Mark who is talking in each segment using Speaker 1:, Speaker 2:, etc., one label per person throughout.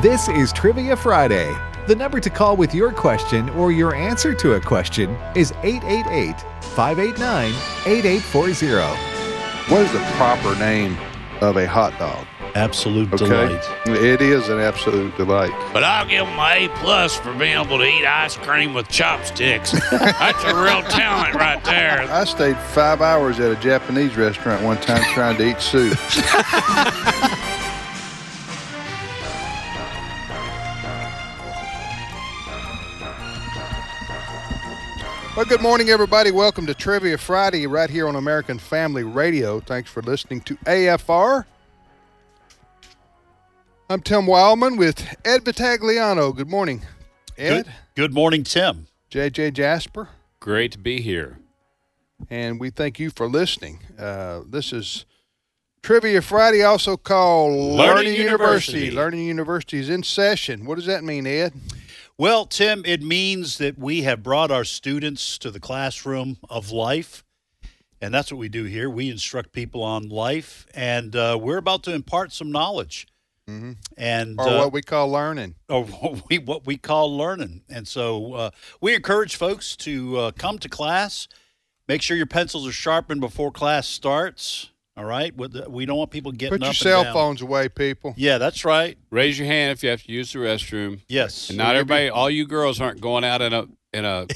Speaker 1: This is Trivia Friday. The number to call with your question or your answer to a question is 888 589 8840.
Speaker 2: What is the proper name of a hot dog?
Speaker 3: Absolute
Speaker 2: Okay.
Speaker 3: delight.
Speaker 2: It is an absolute delight.
Speaker 4: But I'll give him an A plus for being able to eat ice cream with chopsticks. That's a real talent right there.
Speaker 2: I stayed five hours at a Japanese restaurant one time trying to eat soup. Well, good morning, everybody. Welcome to Trivia Friday right here on American Family Radio. Thanks for listening to AFR. I'm Tim Wildman with Ed Vitagliano. Good morning, Ed,
Speaker 3: Good, good morning, Tim.
Speaker 2: JJ Jasper.
Speaker 5: Great to be here.
Speaker 2: and we thank you for listening. Uh, this is Trivia Friday, also called Learning, University.
Speaker 5: University.
Speaker 2: Learning University is in session. What does that mean, Ed?
Speaker 3: Well, Tim, it means that we have brought our students to the classroom of life. And that's what we do here. We instruct people on life, and uh, we're about to impart some knowledge. And
Speaker 2: Mm-hmm. Or
Speaker 3: uh,
Speaker 2: what we call learning.
Speaker 3: or what we what we call learning. And so uh, we encourage folks to uh, come to class. Make sure your pencils are sharpened before class starts. All right, With the- we don't want people getting
Speaker 2: Put
Speaker 3: up
Speaker 2: your
Speaker 3: and
Speaker 2: cell
Speaker 3: down.
Speaker 2: phones away, people.
Speaker 3: Yeah, that's right.
Speaker 5: Raise your hand if you have to use the restroom.
Speaker 3: Yes,
Speaker 5: And not everybody, all you girls aren't going out in a in a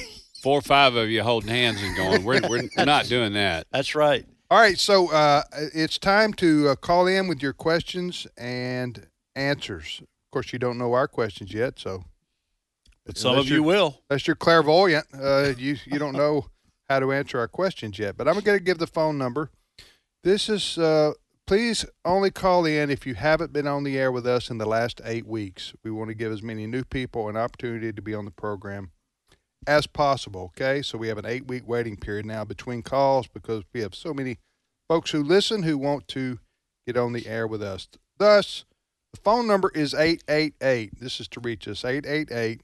Speaker 5: four or five of you holding hands and going. We're we're, we're not doing that.
Speaker 3: that's right.
Speaker 2: All right, so uh, it's time to uh, call in with your questions and answers. Of course, you don't know our questions yet, so
Speaker 3: But some
Speaker 2: Unless
Speaker 3: of you
Speaker 2: you're-
Speaker 3: will.
Speaker 2: unless you're clairvoyant, uh, you you don't know how to answer our questions yet. But I'm going to give the phone number. This is uh, please only call in if you haven't been on the air with us in the last eight weeks. We want to give as many new people an opportunity to be on the program as possible. Okay, so we have an eight week waiting period now between calls because we have so many folks who listen who want to get on the air with us. Thus. The phone number is 888. This is to reach us 888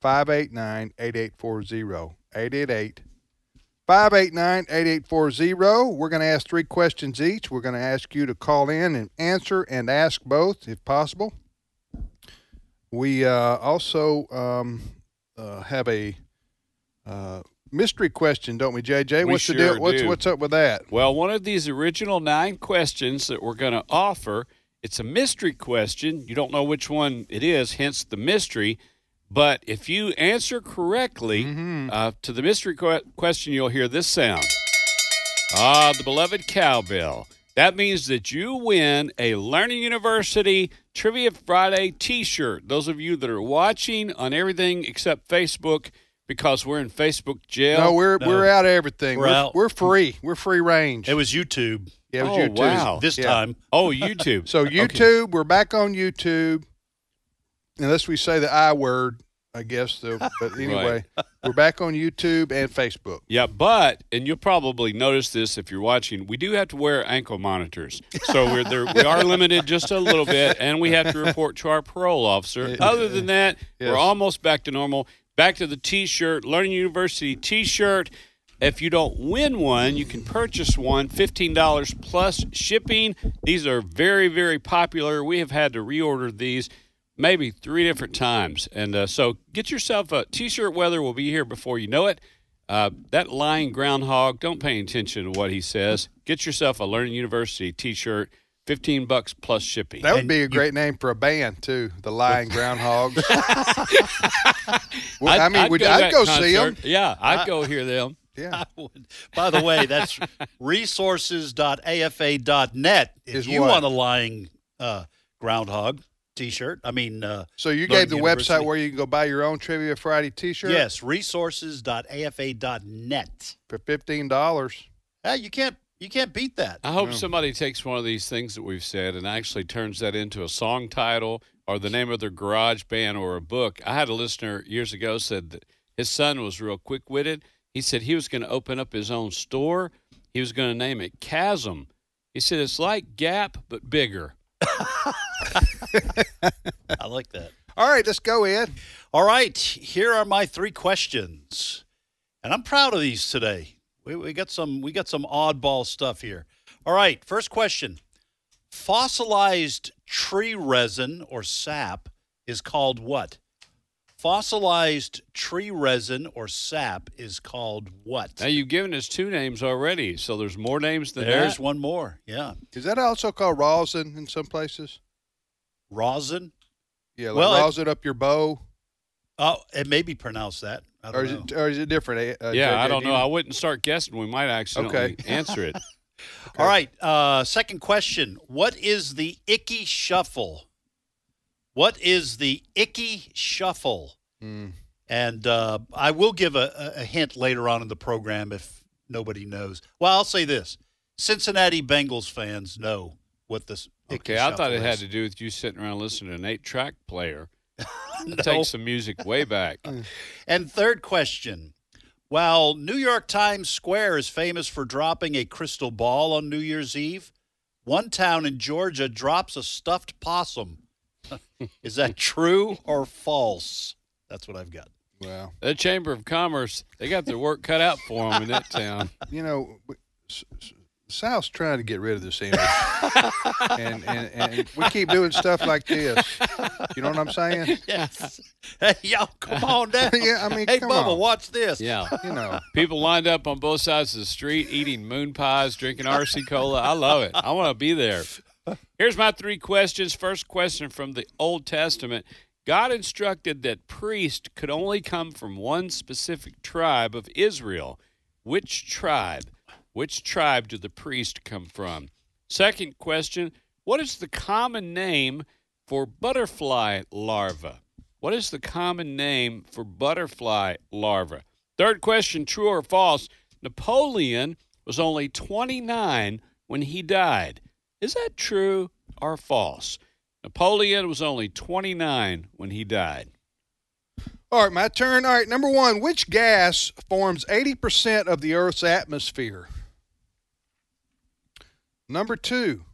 Speaker 2: 589 8840. 888 589 8840. We're going to ask three questions each. We're going to ask you to call in and answer and ask both if possible. We uh, also um, uh, have a uh, mystery question, don't we, JJ?
Speaker 5: We
Speaker 2: what's the
Speaker 5: sure
Speaker 2: deal? What's,
Speaker 5: do.
Speaker 2: what's up with that?
Speaker 5: Well, one of these original nine questions that we're going to offer, it's a mystery question. You don't know which one it is, hence the mystery. But if you answer correctly
Speaker 2: Mm-hmm.
Speaker 5: uh, to the mystery que- question, you'll hear this sound. Ah, the beloved cowbell. That means that you win a Learning University Trivia Friday t shirt. Those of you that are watching on everything except Facebook, because we're in Facebook jail.
Speaker 2: No, we're
Speaker 3: No.
Speaker 2: we're out of everything.
Speaker 3: We're
Speaker 2: We're,
Speaker 3: out.
Speaker 2: we're free. We're free range.
Speaker 3: It was YouTube
Speaker 2: yeah, it was
Speaker 5: Oh,
Speaker 2: you too.
Speaker 5: wow.
Speaker 3: this
Speaker 2: Yeah.
Speaker 3: time.
Speaker 5: oh, YouTube.
Speaker 2: So
Speaker 5: Okay.
Speaker 2: YouTube, we're back on YouTube. Unless we say the I word, I guess. Though, but anyway, we're back on YouTube and Facebook.
Speaker 5: Yeah, but and you'll probably notice this if you're watching. We do have to wear ankle monitors, so we're there, we are limited just a little bit, and we have to report to our parole officer. Other than that,
Speaker 2: Yes.
Speaker 5: we're almost back to normal. Back to the T-shirt, Learning University T-shirt. If you don't win one, you can purchase one, fifteen dollars plus shipping. These are very, very popular. We have had to reorder these maybe three different times, and uh, so get yourself a T-shirt. Weather will be here before you know it. Uh, that lying groundhog, don't pay attention to what he says. Get yourself a Learning University t shirt, 15 bucks plus shipping.
Speaker 2: That would
Speaker 3: And
Speaker 2: be a
Speaker 3: you-
Speaker 2: great name for a band too, the Lying Groundhogs. well,
Speaker 5: I'd-
Speaker 2: i mean,
Speaker 5: I'd
Speaker 2: we'd,
Speaker 5: go to
Speaker 2: I'd
Speaker 5: that
Speaker 2: go see them.
Speaker 5: concert. Yeah, I'd go hear them.
Speaker 2: Yeah,
Speaker 3: By the way, that's resources.afa.net. If
Speaker 2: Is
Speaker 3: you
Speaker 2: what?
Speaker 3: want a lying uh, groundhog T-shirt, I mean, uh,
Speaker 2: so you
Speaker 3: Learning
Speaker 2: gave the
Speaker 3: University.
Speaker 2: website where you can go buy your own Trivia Friday T-shirt
Speaker 3: yes, resources.afa.net.
Speaker 2: for fifteen dollars.
Speaker 3: Hey, you can't you can't beat that.
Speaker 5: I hope somebody takes one of these things that we've said and actually turns that into a song title or the name of their garage band or a book. I had a listener years ago said that his son was real quick witted. He said he was going to open up his own store, he was going to name it Chasm. He said it's like Gap, but bigger.
Speaker 3: I like that.
Speaker 2: All right, let's go, Ed.
Speaker 3: All right, here are my three questions, and I'm proud of these today. We, we got some we got some oddball stuff here. All right, first question: fossilized tree resin or sap is called what? Fossilized tree resin or sap is called what?
Speaker 5: Now you've given us two names already, so there's more names than
Speaker 3: There's
Speaker 5: that.
Speaker 3: one more. Yeah.
Speaker 2: Is that also called rosin in some places?
Speaker 3: Rosin.
Speaker 2: Yeah, like
Speaker 3: Well, it-
Speaker 2: rosin up your bow,
Speaker 3: Oh, it may be pronounced that. I don't
Speaker 2: or is
Speaker 3: know.
Speaker 2: it or is it different? eh, Uh,
Speaker 5: yeah,
Speaker 2: JJ,
Speaker 5: I don't
Speaker 2: do
Speaker 5: know.
Speaker 2: you-
Speaker 5: I wouldn't start guessing. We might accidentally
Speaker 2: Okay.
Speaker 5: answer it.
Speaker 3: All right. Uh, second question. What is the icky shuffle? What is the icky shuffle?
Speaker 5: Hmm.
Speaker 2: Mm.
Speaker 3: And uh, I will give a, a a hint later on in the program if nobody knows. Well, I'll say this Cincinnati Bengals fans know what this. icky
Speaker 5: Okay, I thought it
Speaker 3: shuffle
Speaker 5: had
Speaker 3: is.
Speaker 5: to do with you sitting around listening to an eight-track player.
Speaker 3: No.
Speaker 5: That takes the music way back.
Speaker 3: And third question. While New York Times Square is famous for dropping a crystal ball on New Year's Eve, one town in Georgia drops a stuffed possum. is that true or false? That's what I've got.
Speaker 2: Well,
Speaker 5: The Chamber of Commerce, they got their work cut out for them in that town.
Speaker 2: you know, w- S- S- Sal's trying to get rid of this image, and, and and we keep doing stuff like this. You know what I'm saying?
Speaker 3: Yes. hey, y'all, come on down.
Speaker 2: Yeah, I mean,
Speaker 3: hey,
Speaker 2: come
Speaker 3: Bubba,
Speaker 2: on.
Speaker 3: watch this.
Speaker 5: Yeah.
Speaker 2: You know,
Speaker 5: People lined up on both sides of the street eating moon pies, drinking RC Cola. I love it. I want to be there. Here's my three questions. First question from the Old Testament God instructed that priests could only come from one specific tribe of Israel. Which tribe? Which tribe do the priests come from? Second question What is the common name for butterfly larva? What is the common name for butterfly larva? Third question true or false? Napoleon was only 29 when he died. Is that true or false? Napoleon was only 29 when he died.
Speaker 2: all right, my turn. All right, number one, which gas forms 80% of the Earth's atmosphere? Number two,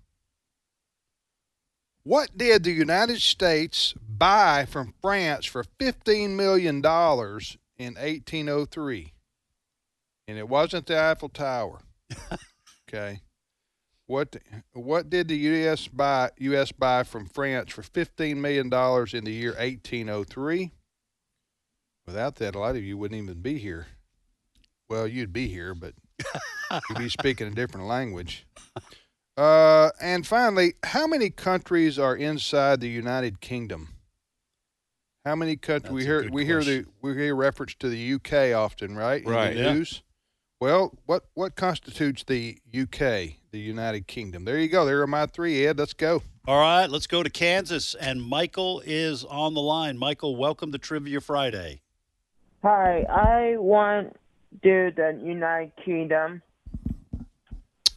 Speaker 2: what did the United States buy from France for $15 million in 1803? And it wasn't the Eiffel Tower. okay. What what did the U.S. buy U.S. buy from France for fifteen million dollars in the year eighteen oh three? Without that, a lot of you wouldn't even be here. Well, you'd be here, but you'd be speaking a different language. Uh, and finally, how many countries are inside the United Kingdom? How many countries? We
Speaker 3: That's a
Speaker 2: hear
Speaker 3: good
Speaker 2: we hear the we hear reference to the U.K. often, right? In the
Speaker 5: Right.
Speaker 3: Yeah.
Speaker 2: news. Well, what what constitutes the UK, the United Kingdom? There you go. There are my three. Ed, let's go.
Speaker 3: All right, let's go to Kansas. And Michael is on the line. Michael, welcome to Trivia Friday.
Speaker 6: Hi, I want to do the United Kingdom.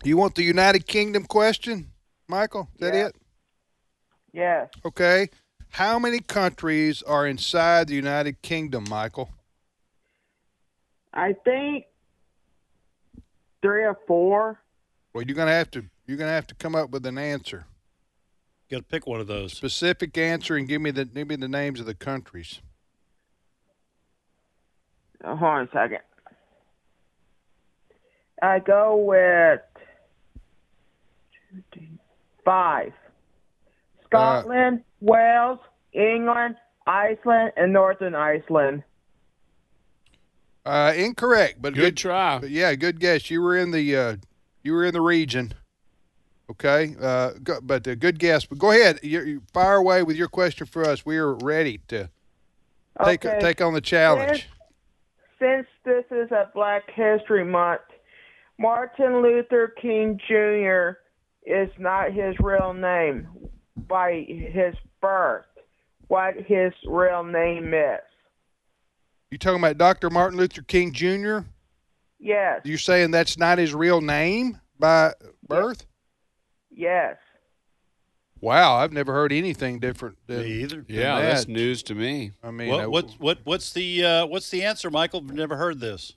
Speaker 2: You want the United Kingdom question, Michael? Is that
Speaker 6: Yeah.
Speaker 2: it?
Speaker 6: Yes,
Speaker 2: Okay. How many countries are inside the United Kingdom, Michael?
Speaker 6: I think three or four.
Speaker 2: Well, you're gonna have to you're gonna have to come up with an answer,
Speaker 3: Got to pick one of those.
Speaker 2: specific answer, and give me the give me the names of the countries.
Speaker 6: Hold on a second. I go with five: Scotland, Wales, England, Iceland, and Northern Iceland.
Speaker 2: Uh, incorrect, but
Speaker 5: Good, try.
Speaker 2: But yeah, good guess. You were in the uh, you were in the region. Okay, uh, go, but a good guess. But go ahead, you, you fire away with your question for us. We are ready to take
Speaker 6: Okay.
Speaker 2: take on the challenge.
Speaker 6: Since this is a Black History Month, Martin Luther King Jr. is not his real name by his birth. What his real name is?
Speaker 2: You talking about Dr. Martin Luther King Jr.?
Speaker 6: Yes,
Speaker 2: You saying that's not his real name by birth?
Speaker 6: yes.
Speaker 2: Wow, I've never heard anything different.
Speaker 3: Me
Speaker 2: Than,
Speaker 3: either.
Speaker 5: yeah,
Speaker 2: than
Speaker 5: that's
Speaker 2: that.
Speaker 5: news to me.
Speaker 2: I mean,
Speaker 3: what,
Speaker 2: uh,
Speaker 3: what's what what's the uh, what's the answer, Michael? I've never heard this.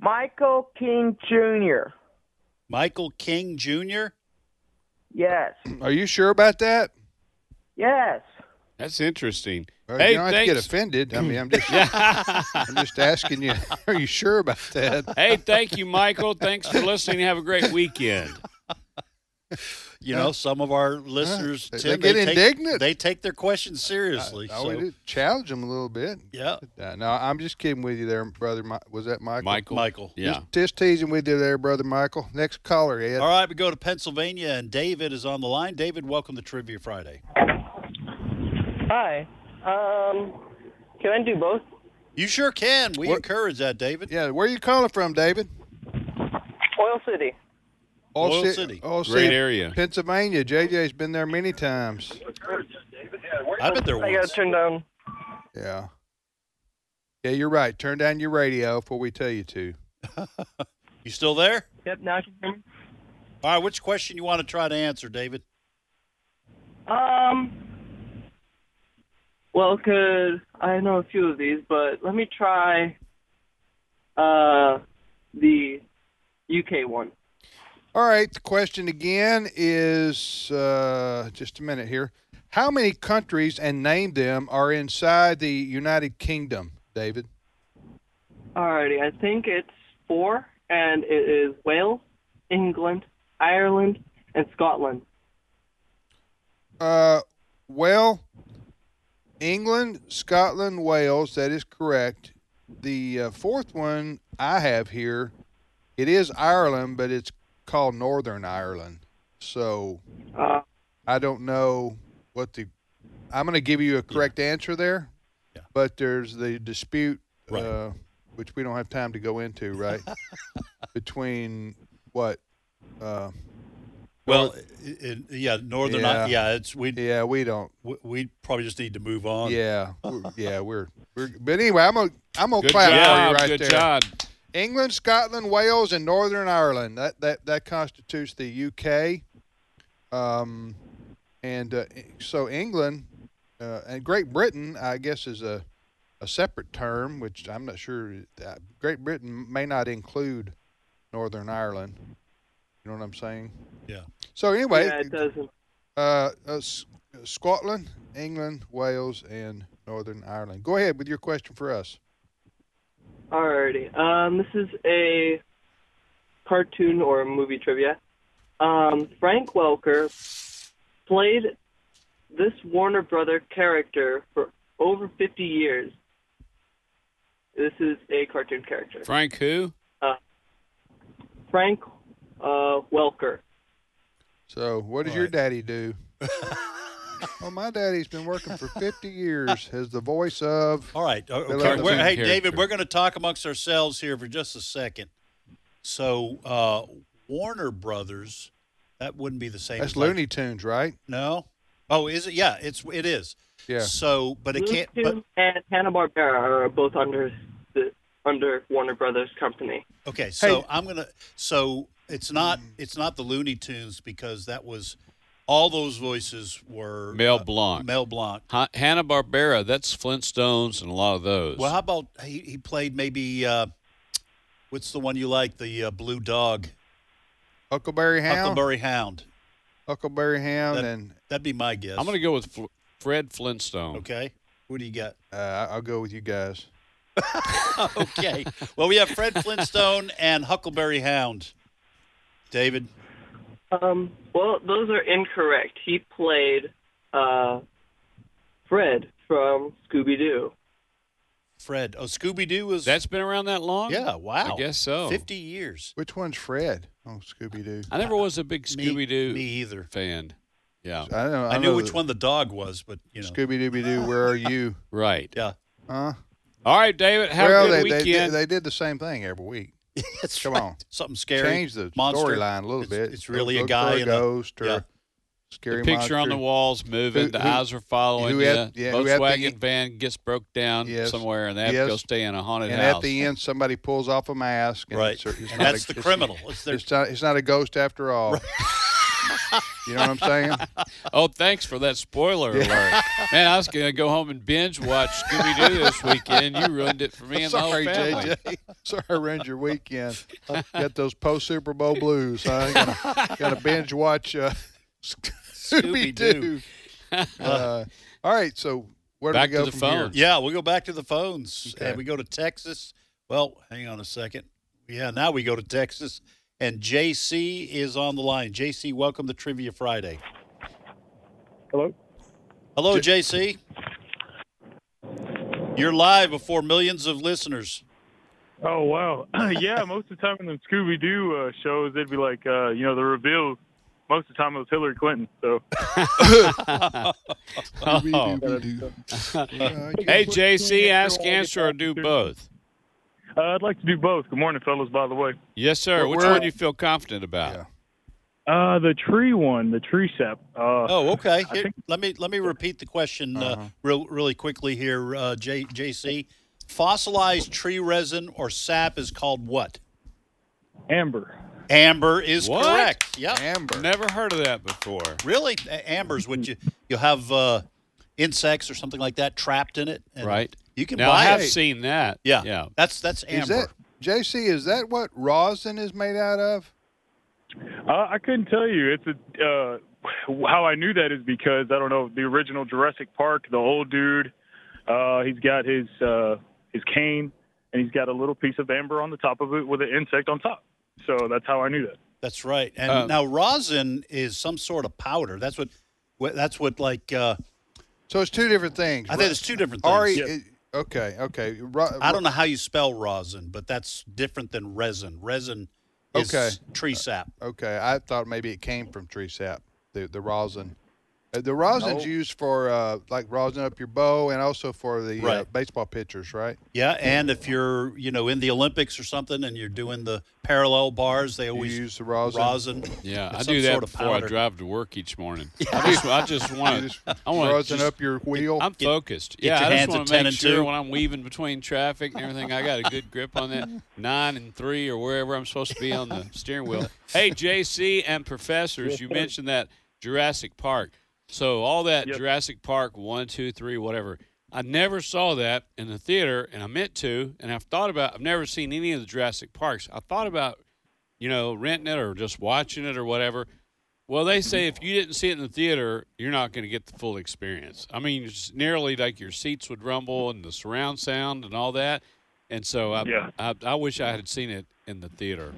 Speaker 6: Michael King Jr.
Speaker 3: Michael King Jr.
Speaker 6: Yes,
Speaker 2: are you sure about that?
Speaker 6: yes.
Speaker 5: That's interesting.
Speaker 2: Well,
Speaker 5: hey,
Speaker 2: you don't have to
Speaker 5: thanks.
Speaker 2: get offended. I mean, I'm just I'm just asking you. Are you sure about that?
Speaker 5: hey, thank you, Michael. Thanks for listening. Have a great weekend.
Speaker 3: You know, some of our listeners,
Speaker 2: They-
Speaker 3: Tim,
Speaker 2: they get
Speaker 3: take-
Speaker 2: indignant.
Speaker 3: They take their questions seriously.
Speaker 2: I
Speaker 3: so,
Speaker 2: would challenge them a little bit.
Speaker 3: yeah,
Speaker 2: Uh, no, I'm just kidding with you there, brother. Mi- was that Michael?
Speaker 5: Michael.
Speaker 3: Michael.
Speaker 5: Yeah.
Speaker 2: Just teasing with you there, brother Michael. Next caller, Ed.
Speaker 3: All right, we go to Pennsylvania, and David is on the line. David, welcome to Trivia Friday.
Speaker 7: Hi. Um, can I do both?
Speaker 3: You sure can. We
Speaker 2: What-
Speaker 3: encourage that, David.
Speaker 2: Yeah, where are you calling from, David?
Speaker 7: Oil City.
Speaker 3: Oil
Speaker 2: Ci-
Speaker 3: City.
Speaker 2: Oil
Speaker 5: Great
Speaker 2: City,
Speaker 5: area.
Speaker 2: Pennsylvania. JJ's been there many times.
Speaker 3: I've been there
Speaker 7: I gotta
Speaker 3: once.
Speaker 7: turn down.
Speaker 2: Yeah. Yeah, you're right. Turn down your radio before we tell you to.
Speaker 3: You still there?
Speaker 7: Yep, now I can hear me.
Speaker 3: All right, which question you want to try to answer, David?
Speaker 7: Um. Well, could I know a few of these, but let me try. Uh, the UK one.
Speaker 2: All right. The question again is uh, just a minute here. How many countries and name them are inside the United Kingdom, David?
Speaker 7: Alrighty, I think it's four, and it is Wales, England, Ireland, and Scotland.
Speaker 2: Uh, well, England, Scotland, Wales. That is correct. The uh, fourth one I have here, it is Ireland, but it's called Northern Ireland. So
Speaker 7: Uh,
Speaker 2: I don't know what the. I'm going to give you a correct answer there,
Speaker 3: Yeah.
Speaker 2: but there's the dispute,
Speaker 3: Right.
Speaker 2: uh, which we don't have time to go into, right? Between what? Uh,
Speaker 3: Well, i- i- yeah, Northern.
Speaker 2: Yeah.
Speaker 3: Yeah, yeah it's we
Speaker 2: yeah, we don't.
Speaker 3: we we probably just need to move on.
Speaker 2: Yeah, we're, yeah, we're, we're. But anyway, I'm gonna I'm gonna
Speaker 5: Good
Speaker 2: clap for you
Speaker 5: job.
Speaker 2: right
Speaker 5: Good
Speaker 2: there.
Speaker 5: job.
Speaker 2: England, Scotland, Wales, and Northern Ireland. That that that constitutes the UK. Um, and uh, so England uh, and Great Britain, I guess, is a a separate term, which I'm not sure. Uh, Great Britain may not include Northern Ireland. You know what I'm saying?
Speaker 3: Yeah.
Speaker 2: So anyway,
Speaker 7: yeah, it doesn't.
Speaker 2: uh, uh, S- Scotland, England, Wales, and Northern Ireland. Go ahead with your question for us.
Speaker 7: Alrighty. Um, this is a cartoon or movie trivia. Um, Frank Welker played this Warner Brother character for over 50 years. This is a cartoon character.
Speaker 5: Frank, who?
Speaker 7: Frank uh, Welker.
Speaker 2: So, what does
Speaker 3: All
Speaker 2: your
Speaker 3: right.
Speaker 2: daddy do? well, my daddy's been working for 50 years as the voice of.
Speaker 3: All right. o-
Speaker 2: Hello.
Speaker 3: Okay. We're, hey,
Speaker 5: Cartoon
Speaker 3: David,
Speaker 5: character.
Speaker 3: we're going to talk amongst ourselves here for just a second. So, uh, Warner Brothers, that wouldn't be the same.
Speaker 2: That's
Speaker 3: as like-
Speaker 2: Looney Tunes, right?
Speaker 3: no. Oh, is it? Yeah, it's it is.
Speaker 2: Yeah.
Speaker 3: So, but it can't. But,
Speaker 7: Bluetooth and Hanna Barbera are both under the under Warner Brothers company.
Speaker 3: okay. So I'm gonna. So it's not. It's not the Looney Tunes because that was all those voices were
Speaker 5: Mel
Speaker 3: uh,
Speaker 5: Blanc.
Speaker 3: Mel Blanc.
Speaker 5: Ha- Hanna Barbera. That's Flintstones and a lot of those.
Speaker 3: Well, how about he, he played maybe uh, what's the one you like? The uh, Blue Dog,
Speaker 2: Huckleberry Hound.
Speaker 3: Huckleberry Hound.
Speaker 2: Huckleberry Hound,
Speaker 3: That-
Speaker 2: and
Speaker 3: That'd be my guess.
Speaker 5: I'm going to go with Fl- Fred Flintstone.
Speaker 3: Okay. What do you got?
Speaker 2: uh, I'll go with you guys.
Speaker 3: Okay. well, we have Fred Flintstone and Huckleberry Hound. David.
Speaker 7: Um, well, those are incorrect. He played uh, Fred from Scooby Doo.
Speaker 3: Fred. Oh, Scooby Doo was.
Speaker 5: That's been around that long?
Speaker 3: Yeah, wow.
Speaker 5: I guess so.
Speaker 3: 50 years.
Speaker 2: Which one's Fred? Oh, Scooby Doo.
Speaker 5: I never was a big
Speaker 3: Me-
Speaker 5: Scooby
Speaker 3: Me
Speaker 5: Doo
Speaker 3: either.
Speaker 5: fan. Yeah.
Speaker 2: I don't know.
Speaker 3: I, knew which one the dog was, but, you know.
Speaker 2: Scooby Dooby Doo. Where are you?
Speaker 5: Right.
Speaker 3: yeah.
Speaker 2: Huh?
Speaker 5: All right, David. Have
Speaker 2: well,
Speaker 5: a good
Speaker 2: they,
Speaker 5: weekend.
Speaker 2: they, did- they did the same thing every week.
Speaker 3: That's
Speaker 2: Come
Speaker 3: right.
Speaker 2: on.
Speaker 3: Something scary.
Speaker 2: Change the
Speaker 3: monster.
Speaker 2: storyline a little
Speaker 3: It's-
Speaker 2: bit.
Speaker 3: it's
Speaker 2: Look-
Speaker 3: really a
Speaker 2: look for
Speaker 3: guy in a-
Speaker 2: ghost or
Speaker 3: yeah.
Speaker 2: a scary
Speaker 5: the picture on the
Speaker 2: monster.
Speaker 5: walls moving,
Speaker 2: Who-
Speaker 5: the
Speaker 2: who-
Speaker 5: eyes are following
Speaker 2: who
Speaker 5: you.
Speaker 2: at- yeah, who at the
Speaker 5: Volkswagen
Speaker 2: e-
Speaker 5: van gets broke down
Speaker 2: Yes.
Speaker 5: somewhere, and they have
Speaker 2: Yes.
Speaker 5: to go stay in a haunted
Speaker 2: And
Speaker 5: house.
Speaker 2: at the end, somebody pulls off a mask. And
Speaker 3: Right.
Speaker 2: It's, it's
Speaker 3: and
Speaker 2: not
Speaker 3: that's
Speaker 2: a,
Speaker 3: the
Speaker 2: it's-
Speaker 3: criminal. It's their,
Speaker 2: It's not, it's not a ghost after all. you know what I'm saying?
Speaker 5: oh, thanks for that spoiler alert. Man, I was going to go home and binge watch Scooby Doo this weekend. You ruined it for me and
Speaker 2: Sorry,
Speaker 5: the whole family.
Speaker 2: JJ. Sorry, I ruined your weekend. Got those post Super Bowl blues. I got to binge watch uh, Scooby Doo.
Speaker 3: Scooby-Doo.
Speaker 2: Uh, all right, so where do
Speaker 5: Back
Speaker 2: we go
Speaker 5: to the
Speaker 2: from
Speaker 5: phone.
Speaker 2: here?
Speaker 3: Yeah, we'll go back to the phones
Speaker 2: Okay.
Speaker 3: and we go to Texas. Well, hang on a second. Yeah, now we go to Texas and JC is on the line. JC, welcome to Trivia Friday.
Speaker 8: Hello?
Speaker 3: Hello, JC. You're live before millions of listeners.
Speaker 8: Oh wow, yeah. Most of the time in the Scooby Doo uh, shows, it'd be like uh, you know the reveal. Most of the time it was Hillary Clinton. So
Speaker 5: Hey, JC, ask, answer, or do both?
Speaker 8: uh, I'd like to do both. Good morning, fellas. By the way,
Speaker 5: Yes, sir. Which one do you feel confident about?
Speaker 2: Yeah.
Speaker 8: uh, the tree one, the tree sap. Uh,
Speaker 3: Oh, okay. Here, let me let me repeat the question
Speaker 5: Uh-huh.
Speaker 3: uh, real really quickly here, uh, J, JC. Fossilized tree resin or sap is called what?
Speaker 8: Amber.
Speaker 3: Amber is
Speaker 5: What?
Speaker 3: correct. Yep.
Speaker 2: Amber.
Speaker 5: Never heard of that before.
Speaker 3: Really, A- ambers would you you'll have uh, insects or something like that trapped in it, and
Speaker 5: Right.
Speaker 3: You can
Speaker 5: Now
Speaker 3: buy
Speaker 5: I have
Speaker 3: it.
Speaker 5: seen that.
Speaker 3: yeah,
Speaker 5: yeah.
Speaker 3: That's that's amber.
Speaker 2: Is that JC? Is that what rosin is made out of?
Speaker 8: Uh, I couldn't tell you. It's a uh, how I knew that is because I don't know the original Jurassic Park. The old dude, uh, he's got his uh, his cane, and he's got a little piece of amber on the top of it with an insect on top. So that's how I knew that.
Speaker 3: That's right. And
Speaker 5: Um,
Speaker 3: now rosin is some sort of powder. That's what. what that's what like. Uh,
Speaker 2: So it's two different things.
Speaker 3: I think it's two different things.
Speaker 2: Ari.
Speaker 8: Yeah.
Speaker 2: it- Okay. Okay. Ro-
Speaker 3: I don't know how you spell rosin, but that's different than resin. Resin is
Speaker 2: Okay. Uh,
Speaker 3: tree sap.
Speaker 2: Okay, I thought maybe it came from tree sap, the the rosin. Uh, The rosin's used for uh, like rosin up your bow, and also for the uh,
Speaker 3: Right.
Speaker 2: baseball pitchers, right?
Speaker 3: Yeah, and if you're, you know, in the Olympics or something and you're doing the parallel bars, they always
Speaker 2: use the rosin.
Speaker 5: Yeah,
Speaker 3: It's
Speaker 5: I
Speaker 3: some
Speaker 5: do that
Speaker 3: sort of
Speaker 5: before
Speaker 3: powder.
Speaker 5: I drive to work each morning. I just, I just want
Speaker 2: Just
Speaker 5: to, I want
Speaker 2: rosin
Speaker 5: to
Speaker 2: up your wheel.
Speaker 5: I'm focused.
Speaker 3: get
Speaker 5: yeah,
Speaker 3: your
Speaker 5: I
Speaker 3: hands
Speaker 5: just
Speaker 3: at
Speaker 5: want to
Speaker 3: 10
Speaker 5: make
Speaker 3: and
Speaker 5: sure
Speaker 3: 2.
Speaker 5: when I'm weaving between traffic and everything, I got a good grip on that nine and three or wherever I'm supposed to be on the steering wheel. Hey, JC and professors, you mentioned that Jurassic Park. So all that
Speaker 8: Yep.
Speaker 5: Jurassic Park one, two, three, whatever. I never saw that in the theater, and I meant to, and I've thought about. I've never seen any of the Jurassic Parks. I thought about, you know, renting it or just watching it or whatever. Well, they say if you didn't see it in the theater, you're not going to get the full experience. I mean, it's nearly like your seats would rumble and the surround sound and all that. And so I,
Speaker 8: Yeah.
Speaker 5: I, I wish I had seen it in the theater.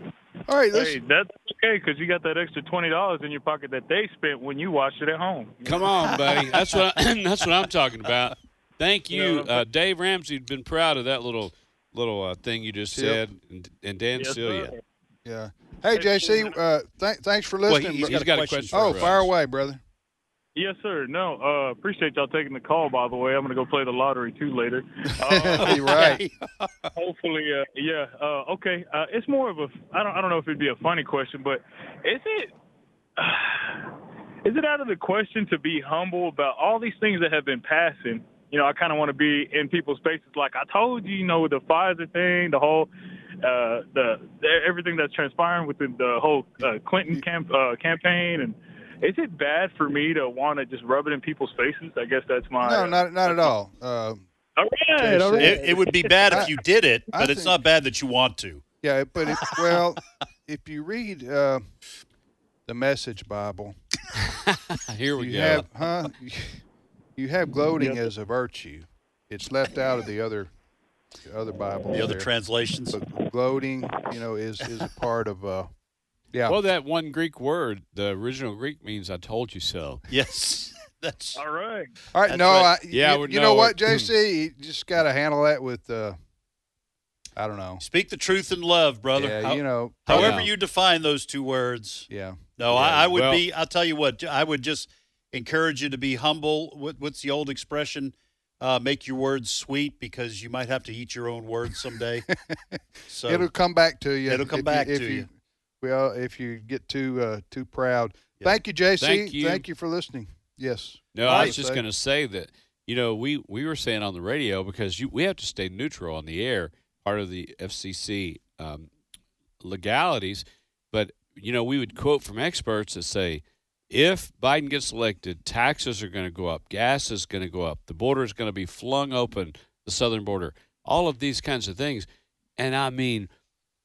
Speaker 2: All right, let's
Speaker 8: Hey, that's okay because you got that extra twenty dollars in your pocket that they spent when you watched it at home.
Speaker 5: Come on, buddy. That's what I, that's what I'm talking about. Thank you, uh, Dave Ramsey. Been proud of that little little uh, thing you just
Speaker 2: Yep.
Speaker 5: said, and, and Dan
Speaker 8: Yes,
Speaker 5: Celia.
Speaker 8: sir.
Speaker 2: yeah. Hey, JC, uh, th- thanks for listening.
Speaker 3: he's
Speaker 2: bro-
Speaker 5: He's got a question.
Speaker 2: oh,
Speaker 5: for
Speaker 2: fire
Speaker 5: us.
Speaker 2: away, brother.
Speaker 8: Yes, sir. No, uh, appreciate y'all taking the call. By the way, I'm gonna go play the lottery too later. Uh,
Speaker 2: You're right.
Speaker 8: hopefully, uh, yeah. Uh, okay, uh, it's more of a. I don't. I don't know if it'd be a funny question, but is it? is it out of the question to be humble about all these things that have been passing? You know, I kind of want to be in people's faces, like I told you. You know, the Pfizer thing, the whole, uh, the everything that's transpiring with the, the whole uh, Clinton camp, uh, campaign, and is it bad for me to want to just rub it in people's faces? I guess that's my.
Speaker 2: No, not not at all. Uh,
Speaker 8: All right, all right.
Speaker 3: It, it would be bad if you did it,
Speaker 2: I
Speaker 3: but it's
Speaker 2: think-
Speaker 3: not bad that you want to.
Speaker 2: yeah, but it, well, if you read uh, the Message Bible,
Speaker 5: Here we
Speaker 2: you
Speaker 5: go.
Speaker 2: have huh you have gloating as a virtue it's left out of the other the other bible
Speaker 3: The other translations.
Speaker 2: but gloating you know is is a part of uh yeah
Speaker 5: Well, that one Greek word, the original Greek means "I told you so."
Speaker 3: Yes, that's
Speaker 8: All right.
Speaker 2: all right
Speaker 3: that's
Speaker 2: no
Speaker 3: right.
Speaker 2: I,
Speaker 5: Yeah,
Speaker 2: you,
Speaker 5: well,
Speaker 2: you know
Speaker 5: no,
Speaker 2: what
Speaker 5: it-
Speaker 2: jc you just gotta handle that with uh i don't know
Speaker 3: speak the truth in love, brother.
Speaker 2: yeah
Speaker 3: How-
Speaker 2: you know
Speaker 3: however
Speaker 5: Yeah.
Speaker 3: you define those two words.
Speaker 2: yeah
Speaker 3: No, I, I would
Speaker 5: well-
Speaker 3: be. I'll tell you what. I would just encourage you to be humble. What, what's the old expression? Uh, make your words sweet because you might have to eat your own words someday. so
Speaker 2: it'll come back to you
Speaker 3: It'll come
Speaker 2: if
Speaker 3: back
Speaker 2: you, if
Speaker 3: to you.
Speaker 2: well if you get too uh too proud thank you jc
Speaker 5: Thank you.
Speaker 2: for listening yes
Speaker 5: No, I was
Speaker 2: Honestly.
Speaker 5: just going to say that you know we we were saying on the radio because you, we have to stay neutral on the air, part of the FCC um, legalities. But you know we would quote from experts that say, if Biden gets elected, taxes are going to go up, gas is going to go up, the border is going to be flung open, the southern border, all of these kinds of things. And I mean,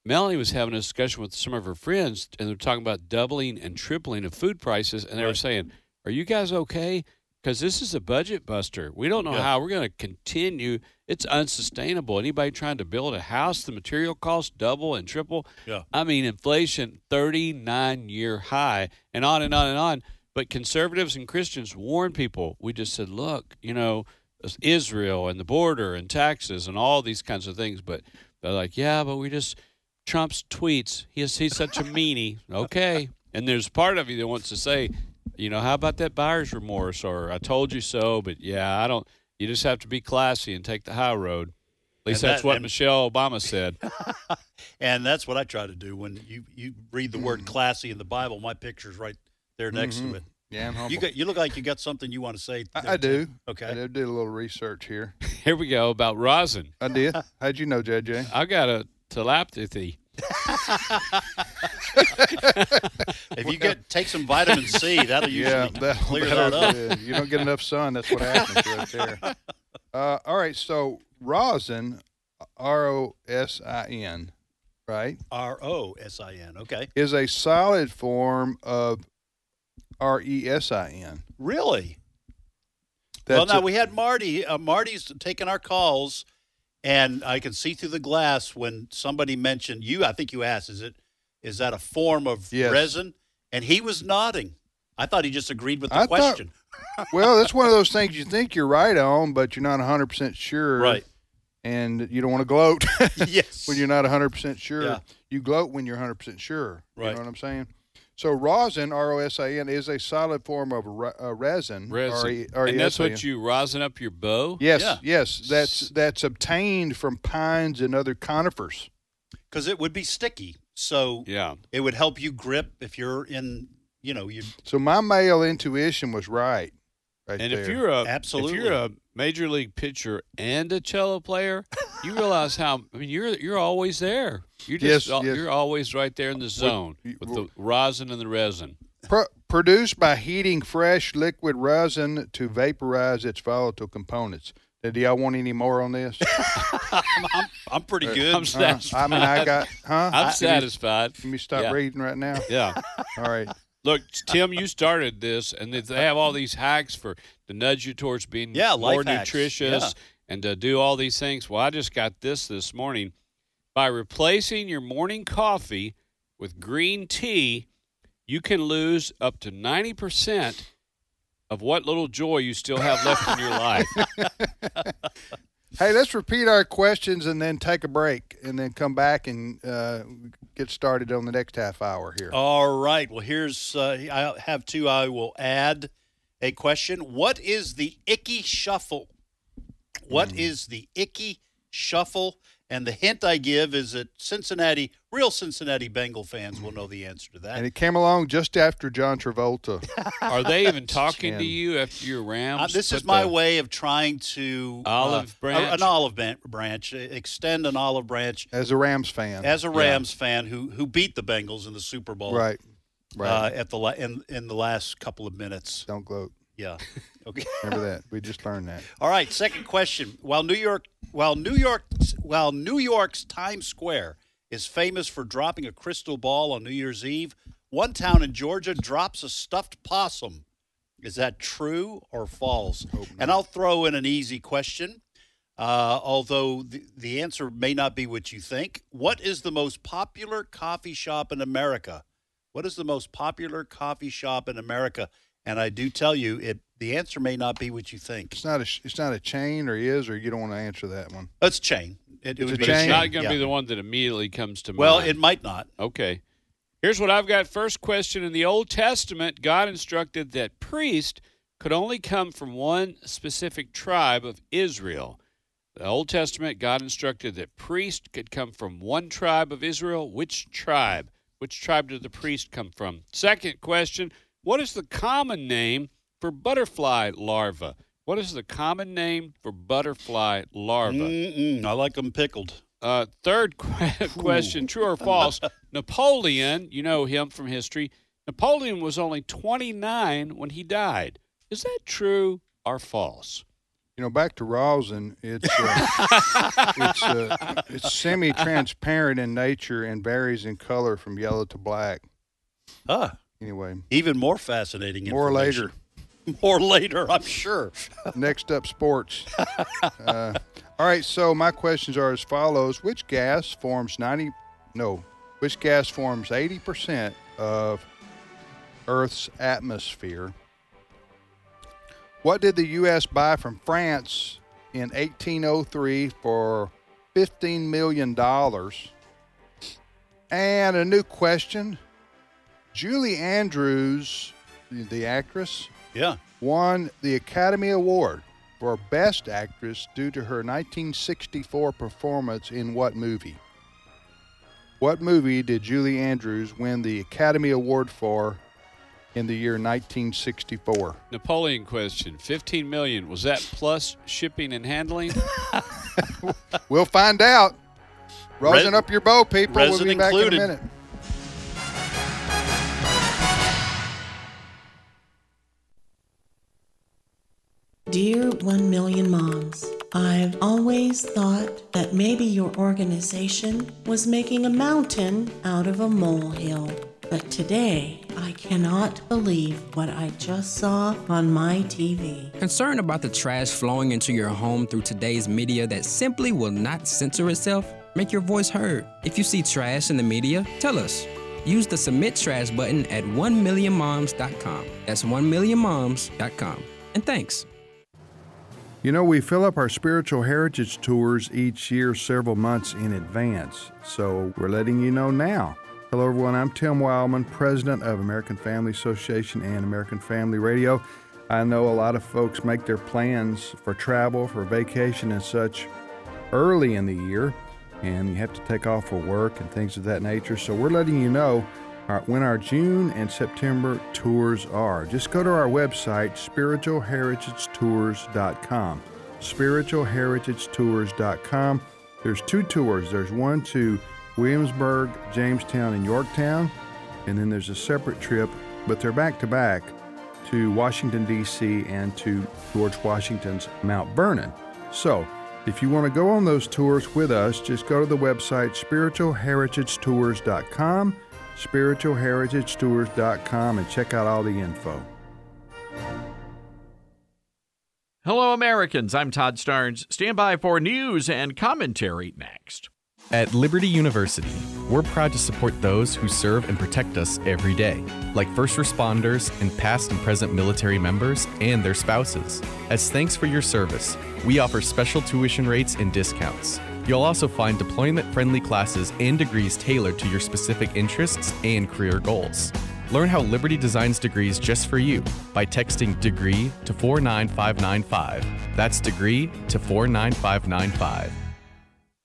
Speaker 5: Melanie was having a discussion with some of her friends, and they're talking about doubling and tripling of food prices, and they were saying, "Are you guys okay? Because this is a budget buster. We don't know how we're going to continue. It's unsustainable. Anybody trying to build a house, the material costs double and triple.
Speaker 3: Yeah.
Speaker 5: I mean, inflation 39 year high and on and on and on. But conservatives and Christians warn people. We just said, look, you know, Israel and the border and taxes and all these kinds of things. But they're like, yeah, but we just, Trump's tweets, he's, he's such a meanie. Okay. And there's part of you that wants to say, you know, how about that buyer's remorse or I told you so, but yeah, I don't, you just have to be classy and take the high road. At least
Speaker 3: And
Speaker 5: that's
Speaker 3: that-
Speaker 5: what
Speaker 3: and-
Speaker 5: Michelle Obama said.
Speaker 3: And that's what I try to do when you, you read the
Speaker 2: Mm.
Speaker 3: word classy in the Bible. My picture's right there next to it.
Speaker 2: Mm-hmm. Yeah, I'm humble.
Speaker 3: You got, you look like you got something you want to say.
Speaker 2: I,
Speaker 3: there,
Speaker 2: I do.
Speaker 3: Tim. Okay.
Speaker 2: I did did a little research here.
Speaker 5: Here we go about rosin.
Speaker 2: I did. How'd you know, JJ?
Speaker 5: I got a telepathy.
Speaker 3: If you get take some vitamin C, that'll usually
Speaker 2: Yeah, that,
Speaker 3: clear that
Speaker 2: that'll
Speaker 3: up.
Speaker 2: do. You don't get enough sun. That's what happens right there. Uh, all right. So rosin, R O S I N, right,
Speaker 3: R O S I N. Okay.
Speaker 2: is a solid form of R E S I N.
Speaker 3: Really? well,
Speaker 2: That's
Speaker 3: now
Speaker 2: a-
Speaker 3: we had Marty. Uh, Marty's taking our calls, and I can see through the glass when somebody mentioned you. I think you asked, "Is it is that a form of
Speaker 2: Yes.
Speaker 3: resin?" And he was nodding. I thought he just agreed with the
Speaker 2: I thought-
Speaker 3: question.
Speaker 2: well, that's one of those things you think you're right on, but you're not 100% sure.
Speaker 3: Right.
Speaker 2: And you don't want to gloat
Speaker 3: yes.
Speaker 2: when you're not 100% sure.
Speaker 3: Yeah.
Speaker 2: You gloat when you're 100% sure. You
Speaker 3: Right.
Speaker 2: know what I'm saying? So rosin, R O S I N, is a solid form of re- uh, resin. E,
Speaker 5: Resin.
Speaker 2: R-E- R-E-S-I-N.
Speaker 5: and that's what you rosin up your bow?
Speaker 2: Yes,
Speaker 3: Yeah.
Speaker 2: yes. That's that's obtained from pines and other conifers.
Speaker 3: because it would be sticky, so
Speaker 5: Yeah.
Speaker 3: it would help you grip if you're in. You know, you
Speaker 2: So my male intuition was right. right
Speaker 5: And if
Speaker 2: there.
Speaker 5: you're a
Speaker 3: Absolutely.
Speaker 5: if you're a major league pitcher and a cello player, you realize how I mean you're you're always there. You're just
Speaker 2: Yes, yes.
Speaker 5: you're always right there in the zone
Speaker 2: you-
Speaker 5: with, the rosin and the resin.
Speaker 2: Pro- produced by heating fresh liquid resin to vaporize its volatile components. Now, do y'all want any more on this?
Speaker 3: I'm pretty good.
Speaker 5: I'm
Speaker 2: Huh? Uh, I
Speaker 5: satisfied.
Speaker 2: mean, I got, huh?
Speaker 5: I'm
Speaker 2: Can you-
Speaker 5: satisfied.
Speaker 2: Can you stop
Speaker 5: Yeah.
Speaker 2: reading right now?
Speaker 5: Yeah.
Speaker 2: All right.
Speaker 5: Look, Tim, you started this, and they- they have all these hacks for to nudge you towards being
Speaker 3: Yeah, life
Speaker 5: more
Speaker 3: hacks.
Speaker 5: nutritious
Speaker 3: Yeah.
Speaker 5: and to do all these things. Well, I just got this this morning. By replacing your morning coffee with green tea, you can lose up to 90% of what little joy you still have left in your life.
Speaker 2: Hey, let's repeat our questions and then take a break and then come back and uh, get started on the next half hour here.
Speaker 3: All right. Well, here's uh, I have two. I will add a question. What is the icky shuffle? What
Speaker 5: Hmm.
Speaker 3: is the icky shuffle? And the hint I give is that Cincinnati, real Cincinnati Bengal fans will know the answer to
Speaker 2: And
Speaker 3: that.
Speaker 2: it came along just after John Travolta.
Speaker 5: Are they even talking to
Speaker 2: Tim.
Speaker 5: you after your Rams?
Speaker 3: Uh, this is
Speaker 5: put
Speaker 3: my
Speaker 5: the-
Speaker 3: way of trying to uh,
Speaker 5: Olive
Speaker 3: a-
Speaker 5: branch.
Speaker 3: an olive ban- branch, uh, extend an olive branch
Speaker 2: As a Rams fan.
Speaker 3: as a Rams fan who who beat the Bengals in the Super Bowl
Speaker 2: right. Right.
Speaker 3: uh, at the la- in in the last couple of minutes.
Speaker 2: Don't gloat.
Speaker 3: Yeah. Okay.
Speaker 2: Remember that. We just learned that.
Speaker 3: All right, second question. While New York, while New York, while New York's Times Square is famous for dropping a crystal ball on New Year's Eve, one town in Georgia drops a stuffed possum. Is that true or false? And I'll throw in an easy question, uh, although the, the answer may not be what you think. What is the most popular coffee shop in America? What is the most popular coffee shop in America? And I do tell you, it the answer may not be what you think.
Speaker 2: It's not a it's not a chain or is or you don't want to answer that one.
Speaker 3: Oh, It's chain. It, it
Speaker 2: It's
Speaker 3: would
Speaker 2: a
Speaker 3: be
Speaker 5: But
Speaker 3: a
Speaker 2: chain.
Speaker 5: it's not going to
Speaker 3: yeah.
Speaker 5: be the one that immediately comes to
Speaker 3: Well,
Speaker 5: mind.
Speaker 3: it might not.
Speaker 5: Okay. Here's what I've got. First question In the Old Testament, God instructed that priest could only come from one specific tribe of Israel. The Old Testament, God instructed that priest could come from one tribe of Israel. Which tribe? Which tribe did the priest come from? Second question What is the common name for butterfly larva? What is the common name for butterfly larva?
Speaker 3: Mm-mm, I like them pickled.
Speaker 5: Uh, third que- question: True or false? Napoleon, you know him from history. Napoleon was only 29 when he died. Is that true or false?
Speaker 2: You know, back to rosin, it's uh, it's uh, it's semi-transparent in nature and varies in color from yellow to black.
Speaker 3: Huh.
Speaker 2: Anyway,
Speaker 3: Even more fascinating.
Speaker 2: more
Speaker 3: information.
Speaker 2: later.
Speaker 3: More later, I'm sure.
Speaker 2: Next up, sports. Uh, All right, so my questions are as follows: Which gas forms ninety? No, which gas forms eighty percent of Earth's atmosphere? What did the U.S. buy from France in 1803 for fifteen million dollars? And a new question: Julie Andrews, the- the actress,
Speaker 3: Yeah.
Speaker 2: won the Academy Award for Best Actress due to her 1964 performance in what movie? What movie did Julie Andrews win the Academy Award for in the year 1964?
Speaker 5: Napoleon question: Fifteen million was that plus shipping and handling?
Speaker 2: We'll find out. Rosin
Speaker 3: Res-
Speaker 2: up your bow, people. We'll
Speaker 3: resin
Speaker 2: be back
Speaker 3: included.
Speaker 2: in a minute.
Speaker 9: Dear 1 Million Moms, I've always thought that maybe your organization was making a mountain out of a molehill. But today, I cannot believe what I just saw on my TV.
Speaker 10: Concerned about the trash flowing into your home through today's media that simply will not censor itself? Make your voice heard. If you see trash in the media, tell us. Use the submit trash button at 1millionmoms.com. That's 1millionmoms.com. And thanks.
Speaker 2: You know, we fill up our spiritual heritage tours each year several months in advance, so we're letting you know now. Hello, everyone. I'm Tim Wildman, president of American Family Association and American Family Radio. I know a lot of folks make their plans for travel, for vacation, and such early in the year, and you have to take off for work and things of that nature. So we're letting you know our, Uh, when our June and September tours are. Just go to our website, spiritualheritagetours.com. Spiritualheritagetours.com. There's two tours. There's one to Williamsburg, Jamestown, and Yorktown, and then there's a separate trip, but they're back to back to Washington, D.C., and to George Washington's Mount Vernon. So, if you want to go on those tours with us, just go to the website spiritualheritagetours.com, spiritualheritagetours.com, and check out all the info.
Speaker 11: Hello, Americans. I'm Todd Starnes. Stand by for news and commentary next.
Speaker 12: At Liberty University, we're proud to support those who serve and protect us every day, like first responders and past and present military members and their spouses. As thanks for your service, we offer special tuition rates and discounts. You'll also find deployment friendly classes and degrees tailored to your specific interests and career goals. Learn how Liberty designs degrees just for you by texting degree to 49595. That's degree to 49595.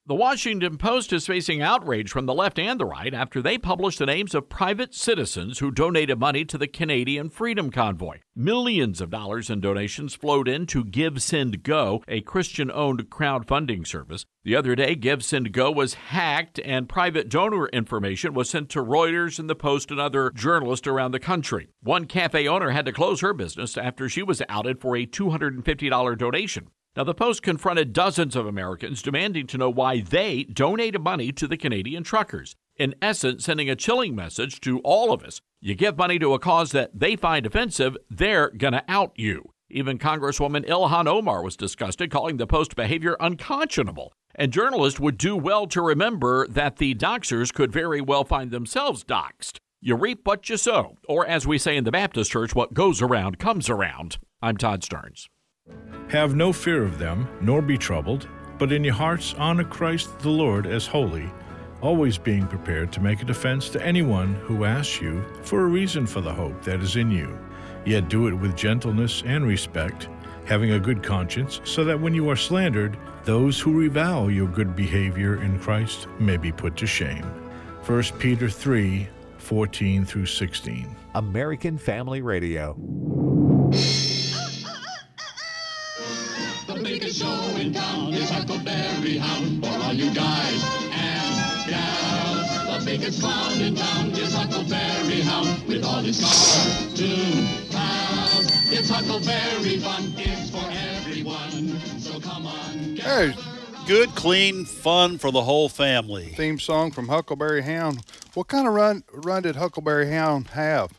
Speaker 11: The Washington Post is facing outrage from the left and the right after they published the names of private citizens who donated money to the Canadian Freedom Convoy. Millions of dollars in donations flowed in to Give Send Go, a Christian owned crowdfunding service. The other day, Give Send Go was hacked and private donor information was sent to Reuters and the Post and other journalists around the country. One cafe owner had to close her business after she was outed for a $250 donation. Now, the Post confronted dozens of Americans demanding to know why they donated money to the Canadian truckers, in essence, sending a chilling message to all of us. You give money to a cause that they find offensive, they're going to out you. Even Congresswoman Ilhan Omar was disgusted, calling the Post behavior unconscionable. And journalists would do well to remember that the doxers could very well find themselves doxed. You reap what you sow, or as we say in the Baptist church, what goes around comes around. I'm Todd Stearns.
Speaker 13: Have no fear of them, nor be troubled, but in your hearts honor Christ the Lord as holy, always being prepared to make a defense to anyone who asks you for a reason for the hope that is in you. Yet do it with gentleness and respect, having a good conscience, so that when you are slandered, those who revile your good behavior in Christ may be put to shame. 1 Peter 3 14 through 16.
Speaker 1: American Family Radio.
Speaker 14: The biggest show in town is Huckleberry Hound for all you guys and gals. The biggest clown in town is Huckleberry Hound with all his cartoon pals. It's Huckleberry fun is for everyone. So come on, get
Speaker 3: Good, clean, fun for the whole family.
Speaker 2: Theme song from Huckleberry Hound. What kind of run run did Huckleberry Hound have?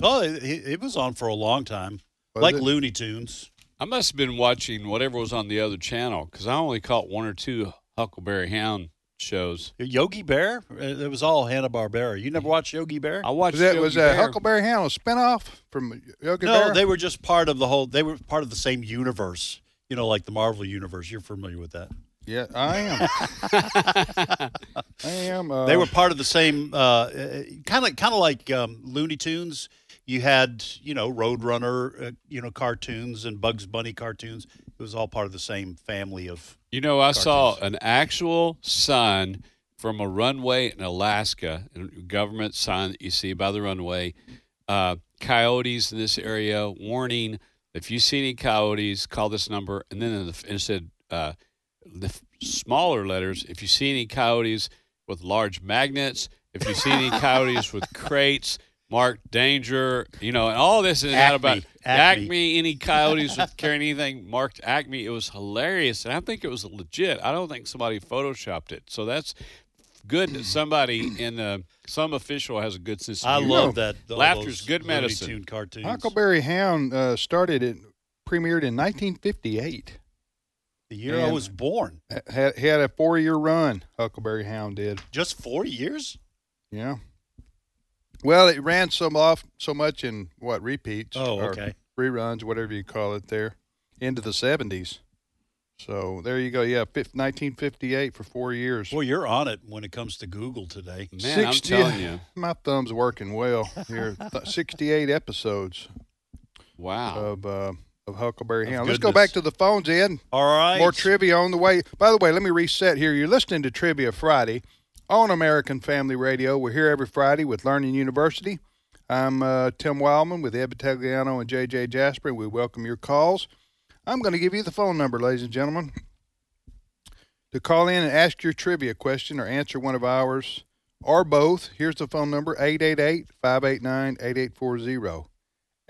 Speaker 3: Oh, it, it was on for a long time,
Speaker 2: Was
Speaker 3: like
Speaker 2: it?
Speaker 3: Looney Tunes.
Speaker 5: I must have been watching whatever was on the other channel because I only caught one or two Huckleberry Hound shows.
Speaker 3: Yogi Bear? Uh, It was all Hanna Barbera. You never watched Yogi Bear?
Speaker 5: I watched
Speaker 2: Was that was that Huckleberry Hound a spinoff from Yogi
Speaker 3: no,
Speaker 2: Bear?
Speaker 3: they were just part of the whole. They were part of the same universe. You know, like the Marvel universe. You're familiar with that.
Speaker 2: Yeah, I am. I am. Uh,
Speaker 3: they were part of the same uh, kind of kind of like um, Looney Tunes. You had you know Roadrunner, uh, you know cartoons and Bugs Bunny cartoons. It was all part of the same family of.
Speaker 5: You know, I saw an actual sign from a runway in Alaska, a government sign that you see by the runway. Uh, coyotes in this area, warning if you see any coyotes, call this number. And then in the, and it said uh, the f- smaller letters if you see any coyotes with large magnets, if you see any coyotes with crates, marked danger, you know, and all this is not
Speaker 3: Acme,
Speaker 5: about
Speaker 3: Acme.
Speaker 5: Acme, any coyotes with carrying anything marked Acme. It was hilarious, and I think it was legit. I don't think somebody photoshopped it. So that's good that somebody in uh, some official has a good sense. of
Speaker 3: I
Speaker 5: humor.
Speaker 3: love that. all those
Speaker 5: Laughter's good
Speaker 3: Looney
Speaker 5: medicine.
Speaker 3: Tune cartoons.
Speaker 2: Huckleberry Hound uh, started in premiered in 1958.
Speaker 3: The year I
Speaker 2: And-
Speaker 3: was born.
Speaker 2: Had, had a four year run. Huckleberry Hound did.
Speaker 3: Just four years.
Speaker 2: Yeah. Well, it ran some off so much in what repeats?
Speaker 3: Oh,
Speaker 2: or
Speaker 3: okay.
Speaker 2: reruns, whatever you call it, there into the seventies. So there you go. Yeah, nineteen fifty eight for four years.
Speaker 3: Well, you're on it when it comes to Google today.
Speaker 5: Man, I'm telling you.
Speaker 2: my thumb's working well here. Th- Sixty eight episodes.
Speaker 5: Wow.
Speaker 2: Of uh, of Huckleberry
Speaker 3: Of
Speaker 2: Hound. Let's go back to the phones, Ed.
Speaker 3: All right.
Speaker 2: More trivia on the way. By the way, let me reset here. You're listening to Trivia Friday on American Family Radio. We're here every Friday with Learning University. I'm uh, Tim Wildman with Ed Battagliano and JJ Jasper. We welcome your calls. I'm going to give you the phone number, ladies and gentlemen, to call in and ask your trivia question or answer one of ours or both. Here's the phone number 888 589 8840.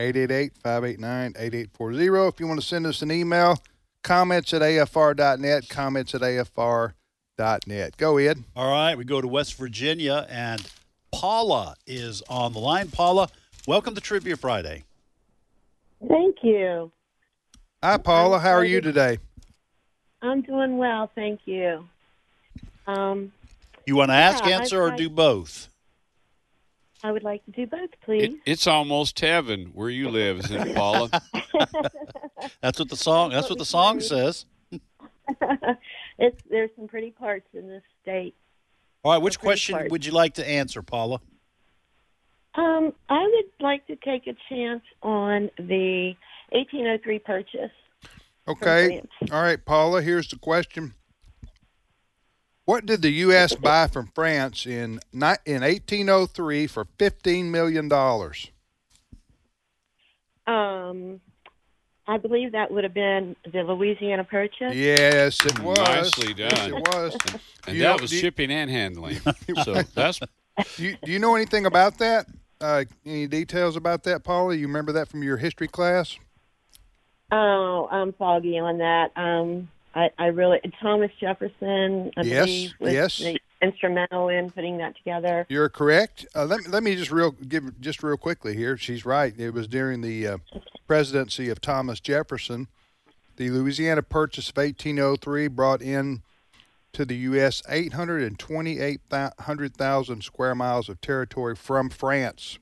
Speaker 2: 888 589 8840. If you want to send us an email, comments at afr.net, comments at afr.net. Go, Ed.
Speaker 3: All right, we go to West Virginia, and Paula is on the line. Paula, welcome to Trivia Friday.
Speaker 15: Thank you.
Speaker 2: Hi, Paula. How are you today?
Speaker 15: I'm doing well, thank you. Um,
Speaker 3: You want to ask,
Speaker 15: Yeah, I-
Speaker 3: answer, or
Speaker 15: I-
Speaker 3: do both?
Speaker 15: I would like to do both,
Speaker 5: It,
Speaker 15: please.
Speaker 5: it's almost heaven where you live, isn't it, Paula?
Speaker 3: that's what the song. That's what the song says.
Speaker 15: it's there's some pretty parts in this state.
Speaker 3: All right, which question would you like to answer, Paula?
Speaker 15: Um, I would like to take a chance on the 1803 purchase.
Speaker 2: Okay. All right, Paula, here's the question. What did the U.S. buy from France in ni- in 1803 for $15 million?
Speaker 15: Um, I believe that would have been the Louisiana purchase.
Speaker 2: Yes, it was.
Speaker 5: Mm, Nicely done.
Speaker 2: Yes, it was.
Speaker 5: And
Speaker 2: You
Speaker 5: that
Speaker 2: know-
Speaker 5: was
Speaker 2: do you-
Speaker 5: shipping and handling. So that's
Speaker 2: Do you, do you know anything about that? Uh, any details about that, Paula? You remember that from your history class?
Speaker 15: Oh, I'm foggy on that. Um, I, I really Thomas Jefferson. I
Speaker 2: Yes,
Speaker 15: believe, was
Speaker 2: yes.
Speaker 15: The instrumental in putting that together.
Speaker 2: You're correct. Uh, let, me- let me just real give just real quickly here. She's right. It was during the uh, presidency of Thomas Jefferson. The Louisiana Purchase of 1803 brought in to the U.S. 828,000 square miles of territory from France,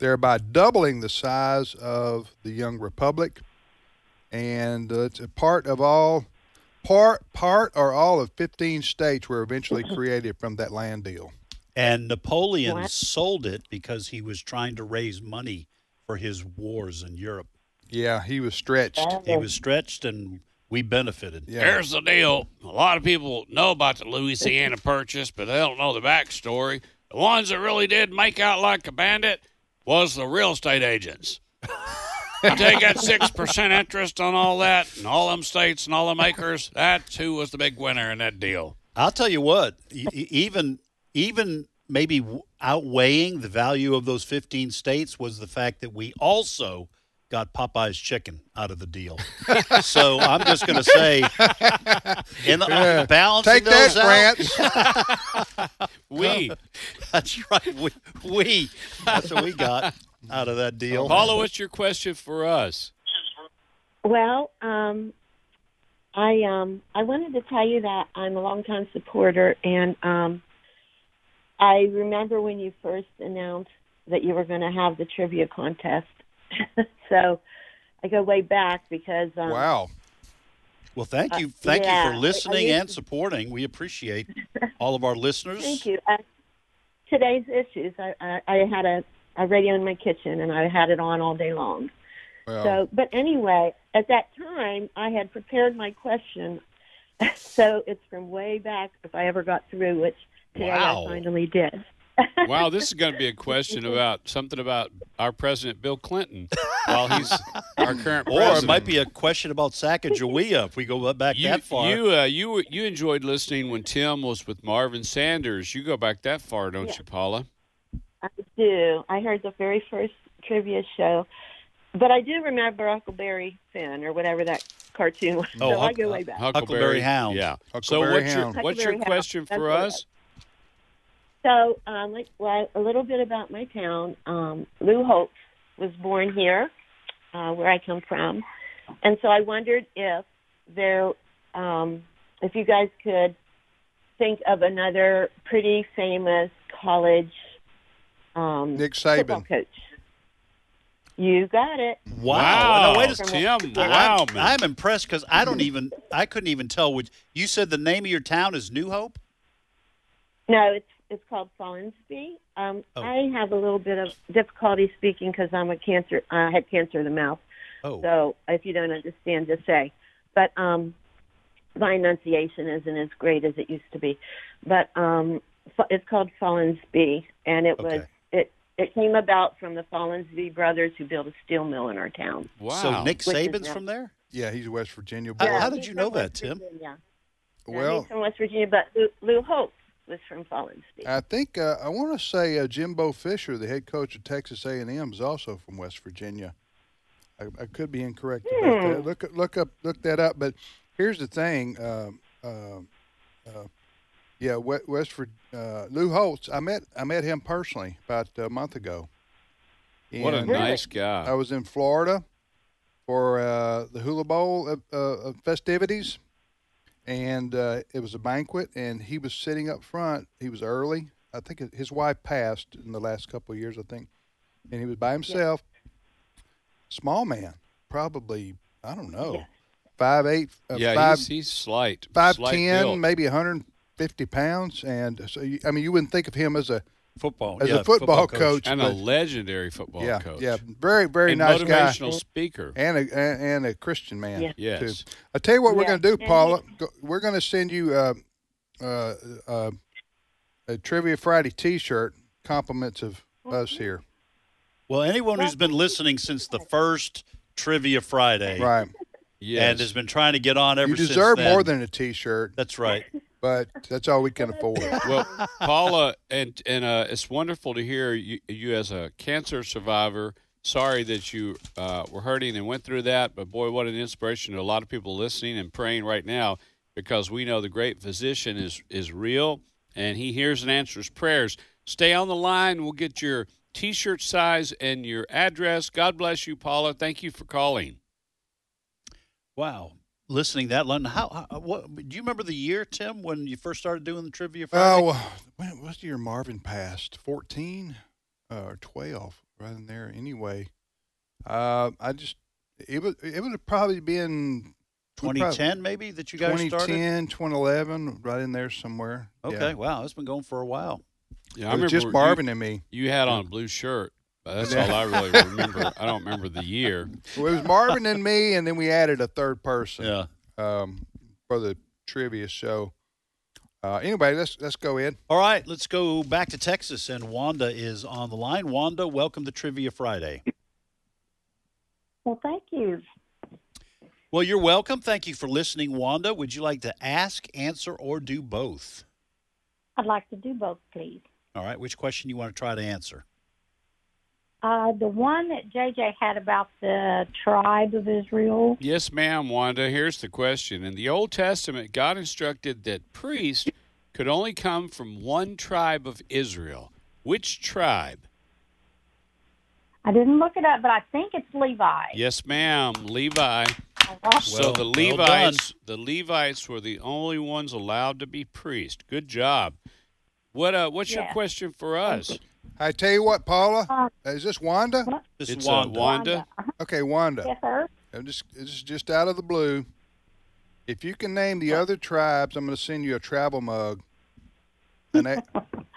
Speaker 2: thereby doubling the size of the young republic. And uh, it's a part of all, part, part or all of 15 states were eventually created from that land deal.
Speaker 3: And Napoleon
Speaker 2: What?
Speaker 3: sold it because he was trying to raise money for his wars in Europe.
Speaker 2: Yeah, he was stretched.
Speaker 3: He was stretched, and we benefited.
Speaker 4: Here's the deal. A lot of people know about the Louisiana Purchase, but they don't know the backstory. The ones that really did make out like a bandit was the real estate agents. I take that six percent interest on all that and all them states and all them acres. That's who was the big winner in that deal.
Speaker 3: I'll tell you what, e- e- even even maybe w- outweighing the value of those 15 states was the fact that we also got Popeye's chicken out of the deal. so I'm just going to say, in the
Speaker 2: Yeah.
Speaker 3: balancing
Speaker 2: Take
Speaker 3: those
Speaker 2: that,
Speaker 3: out,
Speaker 5: We.
Speaker 3: That's right. We, we. That's what we got out of that deal.
Speaker 5: Paula, what's your question for us?
Speaker 15: Well, um, I um, I wanted to tell you that I'm a longtime supporter, and um, I remember when you first announced that you were going to have the trivia contest. so I go way back because um,
Speaker 2: Wow.
Speaker 3: Well, thank
Speaker 15: Uh,
Speaker 3: you, thank
Speaker 15: yeah,
Speaker 3: you
Speaker 15: I- I
Speaker 3: for listening
Speaker 15: used
Speaker 3: and supporting. We appreciate all of our listeners.
Speaker 15: Thank you. Uh, today's issues. I, I, I had a, a radio in my kitchen, and I had it on all day long. So, but anyway, at that time, I had prepared my question, so it's from way back if I ever got through, which today
Speaker 5: Wow.
Speaker 15: I finally did.
Speaker 5: Wow, this is going to be a question about something about our president Bill Clinton while he's our current
Speaker 3: or
Speaker 5: president.
Speaker 3: it might be a question about Sacagawea if we go back
Speaker 5: you,
Speaker 3: that far.
Speaker 5: You, uh, you, were- you enjoyed listening when Tim was with Marvin Sanders. You go back that far, don't you, Paula?
Speaker 15: I do. I heard the very first trivia show, but I do remember Huckleberry Finn or whatever that cartoon was.
Speaker 5: Oh,
Speaker 15: so
Speaker 2: Oh,
Speaker 15: I
Speaker 5: uh,
Speaker 15: go way back.
Speaker 3: Huckleberry Hound.
Speaker 5: Yeah. so
Speaker 3: Huckleberry
Speaker 5: what's your,
Speaker 3: Hound.
Speaker 5: what's your
Speaker 15: Huckleberry Hound.
Speaker 5: question
Speaker 15: That's
Speaker 5: for
Speaker 15: what it
Speaker 5: us?
Speaker 15: So, um, like, well, a little bit about my town. Um, Lou Holtz was born here, uh, where I come from, and so I wondered if there, um, if you guys could think of another pretty famous college um,
Speaker 2: Nick
Speaker 15: football
Speaker 2: Saban.
Speaker 15: coach. You got it.
Speaker 3: Wow. Now, wait a
Speaker 5: Tim.
Speaker 3: I'm-
Speaker 5: Wow,
Speaker 3: I'm,
Speaker 5: man.
Speaker 3: impressed because I don't even, I couldn't even tell which. You said the name of your town is New Hope?
Speaker 15: No, it's it's called Folinsby. Um,
Speaker 3: Oh.
Speaker 15: I have a little bit of difficulty speaking because I'm a cancer. I had cancer of the mouth.
Speaker 3: Oh.
Speaker 15: So if you don't understand, just say. But um, my enunciation isn't as great as it used to be. But um, fo- it's called Folinsby, and it was it it came about from the Folinsby brothers who built a steel mill in our town.
Speaker 3: So Nick
Speaker 15: Which is
Speaker 3: Saban's
Speaker 15: now-
Speaker 3: from there?
Speaker 2: Yeah, he's a West Virginia boy.
Speaker 3: How, how did you know that, Tim?
Speaker 15: Yeah.
Speaker 2: Well,
Speaker 15: he's from West Virginia, but Lou, Lou Hope was from Folinsby.
Speaker 2: I think uh, I want to say uh, Jimbo Fisher, the head coach of Texas A&M, is also from West Virginia. I, I could be incorrect about
Speaker 15: Hmm.
Speaker 2: that. Look look up look that up. But here's the thing. Uh, uh, uh, yeah, West, West Vir- uh, Lou Holtz. I met I met him personally about a month ago.
Speaker 5: What a
Speaker 2: And- uh,
Speaker 5: nice guy.
Speaker 2: I was in Florida for uh, the Hula Bowl uh, uh, festivities, and uh, it was a banquet. And he was sitting up front. He was early. I think his wife passed in the last couple of years. I think, and he was by himself. Small man, probably I don't know, five eight, uh,
Speaker 5: yeah,
Speaker 2: five
Speaker 5: he's, he's slight.
Speaker 2: five
Speaker 5: slight
Speaker 2: ten,
Speaker 5: build.
Speaker 2: maybe 150 pounds. And so you, I mean, you wouldn't think of him as a
Speaker 5: Oh,
Speaker 3: football
Speaker 2: as a football, coach,
Speaker 5: and a
Speaker 2: but-
Speaker 5: legendary football
Speaker 2: yeah,
Speaker 5: coach.
Speaker 2: yeah, very very
Speaker 5: And
Speaker 2: nice guy,
Speaker 5: motivational speaker.
Speaker 2: and a and, and a Christian man.
Speaker 5: Yeah. Yes.
Speaker 2: too. I tell you what we're
Speaker 5: Yeah,
Speaker 2: going to do,
Speaker 5: and he-
Speaker 2: Paula. Go, we're going to send you uh, uh, uh, a Trivia Friday T-shirt, compliments of us here.
Speaker 3: Well, anyone who's been listening since the first Trivia Friday.
Speaker 2: Right.
Speaker 3: And has been trying to get on ever
Speaker 2: you
Speaker 3: since
Speaker 2: deserve
Speaker 3: then.
Speaker 2: more than a T-shirt.
Speaker 3: That's right.
Speaker 2: But that's all we can afford.
Speaker 5: well, Paula, and and uh, it's wonderful to hear you, you as a cancer survivor. Sorry that you uh, were hurting and went through that, but boy, what an inspiration to a lot of people listening and praying right now because we know the great physician is is real and he hears and answers prayers. Stay on the line. We'll get your t-shirt size and your address. God bless you, Paula. Thank you for calling.
Speaker 3: Wow. Listening that London, how, how what do you remember the year, Tim, when you first started doing the trivia? Friday?
Speaker 2: Oh, well, when was the year Marvin passed? Fourteen uh, or twelve, right in there. Anyway, uh, I just it would it would have probably been
Speaker 3: 2010 maybe that you guys started?
Speaker 2: 2010, 2011, right in there somewhere. Yeah.
Speaker 3: Okay, wow, it's been going for a while.
Speaker 5: Yeah,
Speaker 2: It was just
Speaker 5: you-
Speaker 2: Marvin and me.
Speaker 5: You had on a blue shirt. but That's
Speaker 2: Yeah.
Speaker 5: all I really remember. I don't remember the year.
Speaker 2: Well, it was Marvin and me, and then we added a third person.
Speaker 3: Yeah.
Speaker 2: Um, for the trivia show. Uh, anyway, let's let's go in.
Speaker 3: All right, let's go back to Texas, and Wanda is on the line. Wanda, welcome to Trivia Friday.
Speaker 16: Well, thank you.
Speaker 3: Well, you're welcome. Thank you for listening, Wanda. Would you like to ask, answer, or do both?
Speaker 16: I'd like to do both, please.
Speaker 3: All right, which question you want to try to answer?
Speaker 16: Uh, the one that JJ had about the tribe of Israel.
Speaker 5: Yes, ma'am, Wanda. Here's the question. In the Old Testament, God instructed that priests could only come from one tribe of Israel. Which tribe?
Speaker 16: I didn't look it up, but I think it's Levi.
Speaker 5: Yes, ma'am, Levi. so the
Speaker 3: well
Speaker 5: Levites, the Levites were the only ones allowed to be priests. Good job. What uh, what's your
Speaker 2: Yeah.
Speaker 5: question for us?
Speaker 2: I tell you what, Paula,
Speaker 16: Uh,
Speaker 2: is this Wanda?
Speaker 5: This It's, uh, Wanda. Wanda.
Speaker 2: Okay, Wanda.
Speaker 16: Yes, sir.
Speaker 2: I'm just this is just out of the blue. If you can name the other tribes, I'm going to send you a travel mug, an, a,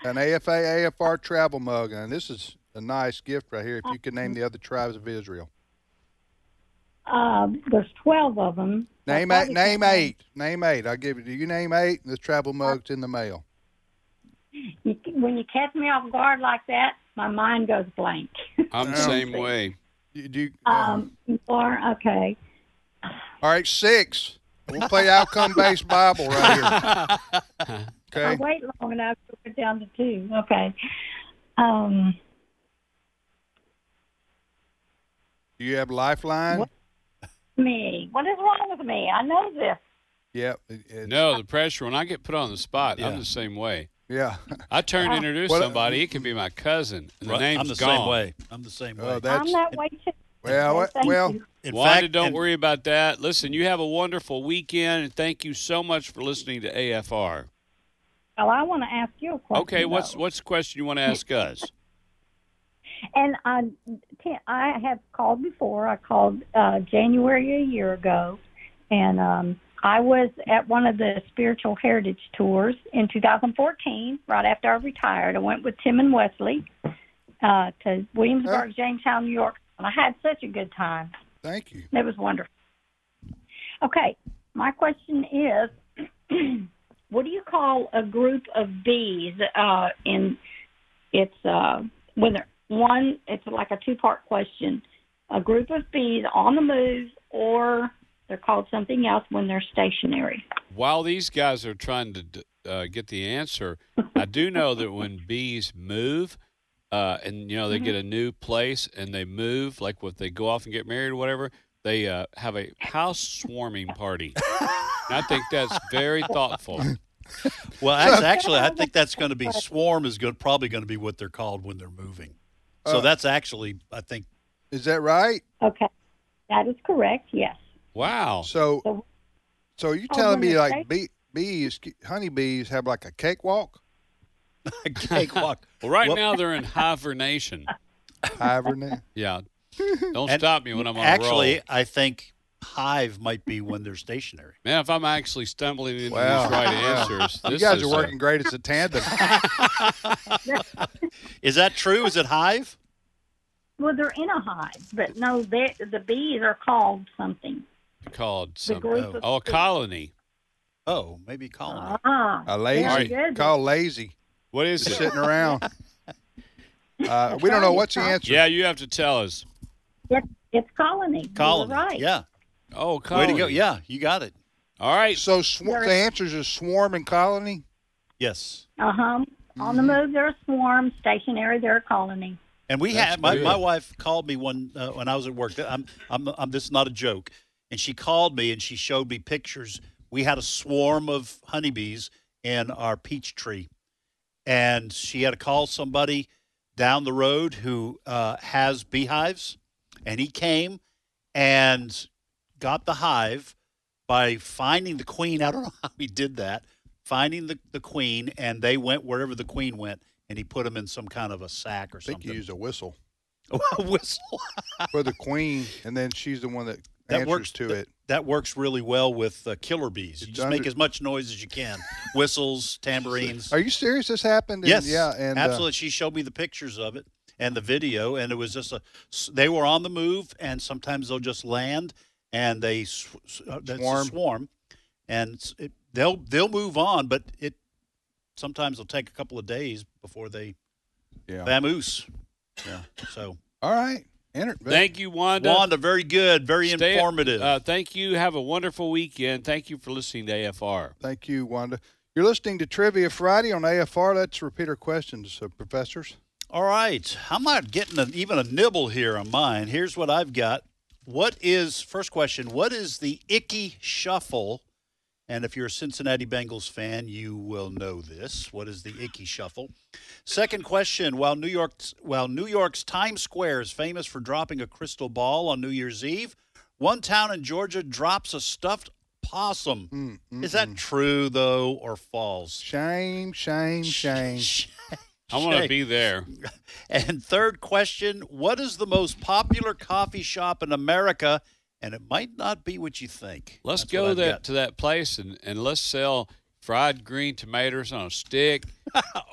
Speaker 2: an AFA AFR travel mug, and this is a nice gift right here. If you can name the other tribes of Israel,
Speaker 16: Uh, there's 12 of them.
Speaker 2: name eight, name eight, name eight. I'll give you. You name eight, and this
Speaker 16: Uh,
Speaker 2: travel mug's in the mail.
Speaker 16: You, when you catch me off guard like that, my mind goes blank.
Speaker 5: I'm the same way.
Speaker 2: You, do you,
Speaker 16: Um, or, okay.
Speaker 2: all right, six. We'll play outcome based Bible right here.
Speaker 16: I
Speaker 2: Okay.
Speaker 16: wait long enough to get down to two. Okay. Um,
Speaker 2: Do you have Lifeline?
Speaker 16: me. What is wrong with me? I know this.
Speaker 2: Yeah.
Speaker 5: no, the pressure when I get put on the spot, I'm the same way.
Speaker 2: Yeah.
Speaker 5: I turn to introduce
Speaker 2: What-
Speaker 5: somebody, it could be my cousin. and The
Speaker 3: Right,
Speaker 5: name's
Speaker 3: I'm the same
Speaker 5: gone.
Speaker 3: way. I'm the same
Speaker 2: Oh.
Speaker 3: way.
Speaker 16: I'm that way too.
Speaker 2: Well,
Speaker 16: Thank well, you.
Speaker 3: in
Speaker 5: Wanda,
Speaker 3: fact-
Speaker 5: don't
Speaker 3: in-
Speaker 5: worry about that. Listen, you have a wonderful weekend, and thank you so much for listening to AFR.
Speaker 16: Well, I want to ask you a question.
Speaker 5: Okay, what's
Speaker 16: though.
Speaker 5: what's the question you want to ask us?
Speaker 16: And I, I have called before. I called uh, January a year ago, and um, I was at one of the spiritual heritage tours in 2014. Right after I retired, I went with Tim and Wesley uh, to Williamsburg, Jamestown, New York, and I had such a good time.
Speaker 2: Thank you.
Speaker 16: It was wonderful. Okay, my question is, what do you call a group of bees? Uh, in it's uh, when they're- one, it's like a two-part question. A group of bees on the move, or they're called something else when they're stationary.
Speaker 5: While these guys are trying to d- uh, get the answer, I do know that when bees move, uh, and you know they get a new place and they move, like if they go off and get married or whatever, they uh, have a housewarming party. and I think that's very thoughtful.
Speaker 3: Well, that's actually, I think that's going to be swarm is good, probably going to be what they're called when they're moving. So
Speaker 2: Uh,
Speaker 3: that's actually, I think.
Speaker 2: Is that right?
Speaker 16: Okay, that is correct. Yes.
Speaker 5: Wow.
Speaker 2: So, so you
Speaker 16: Oh,
Speaker 2: telling me
Speaker 16: goodness,
Speaker 2: like bee, bees, honeybees have like a cakewalk?
Speaker 3: a cakewalk.
Speaker 5: Well, right now they're in hibernation.
Speaker 2: Hibernate.
Speaker 5: Yeah. Don't stop me when I'm on a
Speaker 3: Actually,
Speaker 5: roll.
Speaker 3: I think hive might be when they're stationary.
Speaker 5: Man, if I'm actually stumbling into
Speaker 3: Wow.
Speaker 5: these right
Speaker 3: Wow.
Speaker 5: answers,
Speaker 3: You
Speaker 5: this
Speaker 3: guys
Speaker 5: is
Speaker 3: are
Speaker 5: a-
Speaker 3: working
Speaker 2: Great as a tandem.
Speaker 3: Is that true? Is it hive?
Speaker 16: Well, they're in a hive, but no, they, the bees are called something.
Speaker 5: called
Speaker 16: The
Speaker 5: some
Speaker 16: group
Speaker 5: oh,
Speaker 16: of
Speaker 5: a colony.
Speaker 3: Oh, maybe colony.
Speaker 16: Ah,
Speaker 2: A lazy
Speaker 5: Very good.
Speaker 2: call lazy.
Speaker 5: What is
Speaker 2: Just
Speaker 5: it?
Speaker 2: sitting around? Uh, we don't know what's the answer.
Speaker 5: Yeah, you have to tell us.
Speaker 16: It's, it's colony.
Speaker 3: Colony.
Speaker 16: You're right.
Speaker 3: Yeah.
Speaker 5: Oh,
Speaker 3: Way
Speaker 5: colony.
Speaker 3: to go. Yeah, you got it.
Speaker 5: All right.
Speaker 2: So sw- the answers are swarm and colony.
Speaker 3: Yes.
Speaker 16: Uh huh. On the
Speaker 2: Mm-hmm.
Speaker 16: move, they're a swarm. Stationary, they're a colony.
Speaker 3: And we
Speaker 16: That's
Speaker 3: had my,
Speaker 16: good.
Speaker 3: my wife called me one uh, when I was at work. I'm, I'm I'm this is not a joke. And she called me and she showed me pictures. We had a swarm of honeybees in our peach tree, and she had to call somebody down the road who uh, has beehives, and he came and got the hive by finding the queen. I don't know how he did that. Finding the, the queen, and they went wherever the queen went, and he put them in some kind of a sack or
Speaker 2: I think
Speaker 3: something.
Speaker 2: you use a whistle
Speaker 3: a whistle
Speaker 2: for the queen, and then she's the one that,
Speaker 3: That
Speaker 2: answers
Speaker 3: works-
Speaker 2: to it.
Speaker 3: that works really well with uh, killer bees. You
Speaker 2: It's
Speaker 3: just make
Speaker 2: under-
Speaker 3: as much noise as you can, whistles, tambourines.
Speaker 2: Are you serious? This happened? And-
Speaker 3: Yes,
Speaker 2: yeah. And uh,
Speaker 3: absolutely. she showed me the pictures of it and the video, and it was just a. s- They were on the move, and sometimes they'll just land and they sw- s- uh, that's a
Speaker 2: Swarm.
Speaker 3: swarm, and s- it, they'll they'll move on, but it sometimes will take a couple of days before they
Speaker 2: yeah.
Speaker 3: vamoose. Yeah. So
Speaker 2: All right. Enter-
Speaker 5: Thank you, Wanda.
Speaker 3: Wanda, very good, very
Speaker 5: Stay-
Speaker 3: informative.
Speaker 5: Uh, thank you. Have a wonderful weekend. Thank you for listening to AFR.
Speaker 2: Thank you, Wanda. You're listening to Trivia Friday on AFR. Let's repeat our questions, uh, professors.
Speaker 3: All right. I'm not getting a, even a nibble here on mine. Here's what I've got. What is, first question, what is the icky shuffle? And if you're a Cincinnati Bengals fan, you will know this. What is the icky shuffle? Second question, while New York's while New York's Times Square is famous for dropping a crystal ball on New Year's Eve, One town in Georgia drops a stuffed possum.
Speaker 2: Mm,
Speaker 3: Is that
Speaker 2: mm-hmm.
Speaker 3: true though, or false?
Speaker 2: Shame, shame, shame.
Speaker 3: I wanna Shame. be
Speaker 5: there.
Speaker 3: And third question What is the most popular coffee shop in America? And it might not be what you think.
Speaker 5: Let's
Speaker 3: That's what
Speaker 5: go
Speaker 3: I've
Speaker 5: that
Speaker 3: got.
Speaker 5: to that place and, and let's sell fried green tomatoes on a stick,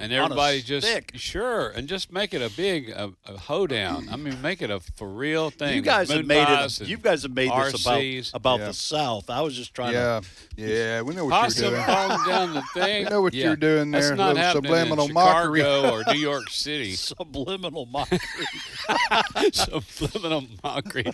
Speaker 5: and
Speaker 3: a
Speaker 5: everybody just
Speaker 3: stick.
Speaker 5: sure and just make it a big a, a hoedown. I mean, make it a for real thing.
Speaker 3: You guys
Speaker 5: Moon
Speaker 3: have made
Speaker 5: pies
Speaker 3: it.
Speaker 5: and
Speaker 3: You guys have made this
Speaker 5: RCs.
Speaker 3: about about the South. I was just trying
Speaker 2: Yeah,
Speaker 3: to.
Speaker 2: yeah, we know what
Speaker 5: Possum
Speaker 2: you're doing.
Speaker 5: falling down the thing.
Speaker 2: We know what you're doing
Speaker 5: That's
Speaker 2: there,
Speaker 5: not
Speaker 2: little
Speaker 5: happening
Speaker 2: subliminal
Speaker 5: in Chicago
Speaker 2: mockery.
Speaker 5: or New York City.
Speaker 3: Subliminal mockery.
Speaker 5: subliminal mockery.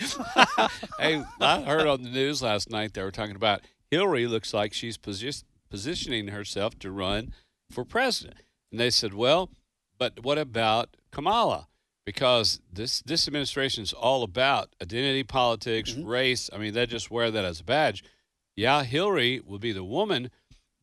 Speaker 5: hey, I heard on the news last night they were talking about Hillary looks like she's posi- positioning herself to run for president, and they said, well, but what about Kamala? Because this this administration is all about identity politics,
Speaker 3: Mm-hmm.
Speaker 5: race. I mean, they just wear that as a badge. Yeah, Hillary will be the woman,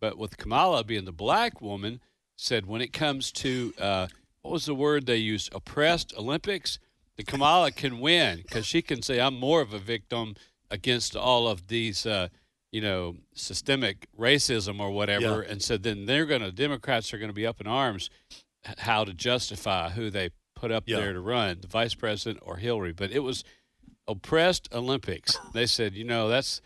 Speaker 5: but with Kamala being the black woman, said when it comes to uh, what was the word they used? Oppressed Olympics. The Kamala can win because she can say, "I'm more of a victim against all of these, uh, you know, systemic racism or whatever."
Speaker 3: Yeah.
Speaker 5: And so then they're going to Democrats are going to be up in arms h- how to justify who they put up
Speaker 3: Yeah.
Speaker 5: there to run, the vice president or Hillary. But it was oppressed Olympics. They said, you know, that's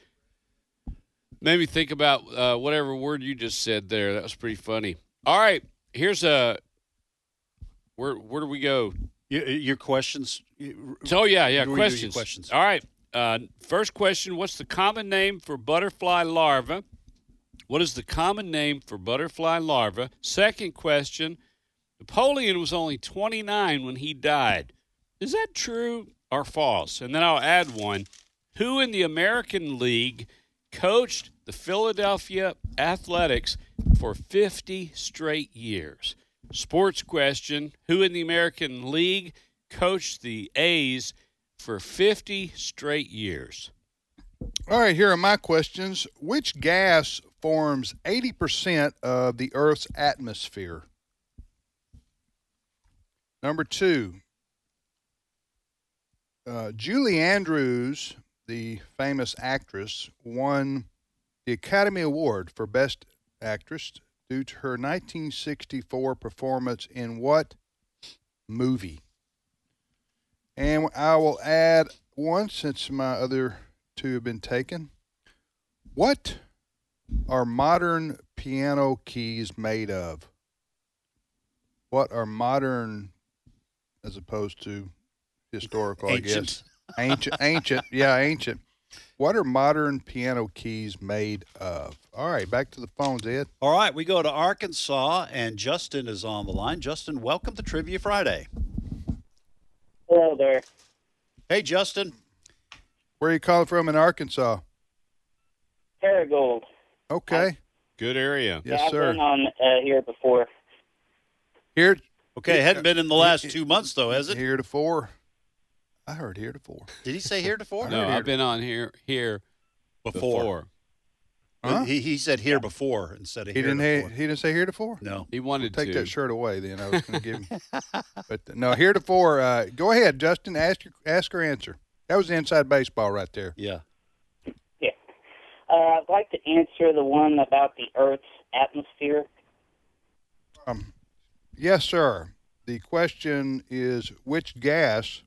Speaker 5: made me think about uh, whatever word you just said there. That was pretty funny. All right, here's a where where do we go?
Speaker 3: Your, your questions.
Speaker 5: Oh yeah, yeah,
Speaker 3: Do we do your
Speaker 5: questions.
Speaker 3: questions?
Speaker 5: All right. Uh, first question: What's the common name for butterfly larva? What is the common name for butterfly larva? Second question: Napoleon was only 29 when he died. Is that true or false? And then I'll add one: Who in the American League coached the Philadelphia Athletics for 50 straight years? Sports question: Who in the American League coached the A's for 50 straight years?
Speaker 2: All right, here are my questions. Which gas forms 80% of the Earth's atmosphere? Number two, uh, Julie Andrews, the famous actress, won the Academy Award for Best Actress due to her 1964 performance in what movie? And I will add one since my other two have been taken. What are modern piano keys made of? What are modern as opposed to historical, I guess?
Speaker 3: Ancient.
Speaker 2: Ancient, ancient, yeah, ancient. What are modern piano keys made of? All right, back to the phones, Ed.
Speaker 3: All right, we go to Arkansas, and Justin is on the line. Justin, welcome to Trivia Friday.
Speaker 7: Hello there.
Speaker 3: Hey, Justin.
Speaker 2: Where are you calling from in Arkansas?
Speaker 7: Paragold.
Speaker 2: Okay.
Speaker 5: Good area.
Speaker 7: yeah,
Speaker 2: Yes,
Speaker 7: I've
Speaker 2: sir.
Speaker 7: been on uh, here before.
Speaker 2: Here.
Speaker 3: Okay, it hadn't been in the last two months though, has it?
Speaker 2: Here to four. I heard here to four.
Speaker 3: Did he say here before?
Speaker 5: No, I've been on here here
Speaker 3: Before.
Speaker 2: Huh?
Speaker 3: He, he said here before instead of
Speaker 2: He
Speaker 3: here
Speaker 2: didn't.
Speaker 3: before.
Speaker 2: He, he didn't say here to four.
Speaker 3: no.
Speaker 5: He wanted
Speaker 2: Take
Speaker 5: to.
Speaker 2: that shirt away, then. I was going to give him. But no, here to four. Uh, go ahead, Justin. Ask your ask her answer. That was inside baseball right there.
Speaker 3: Yeah.
Speaker 7: Uh, I'd like to answer the one about the Earth's atmosphere.
Speaker 2: Um, yes, sir. The question is which gas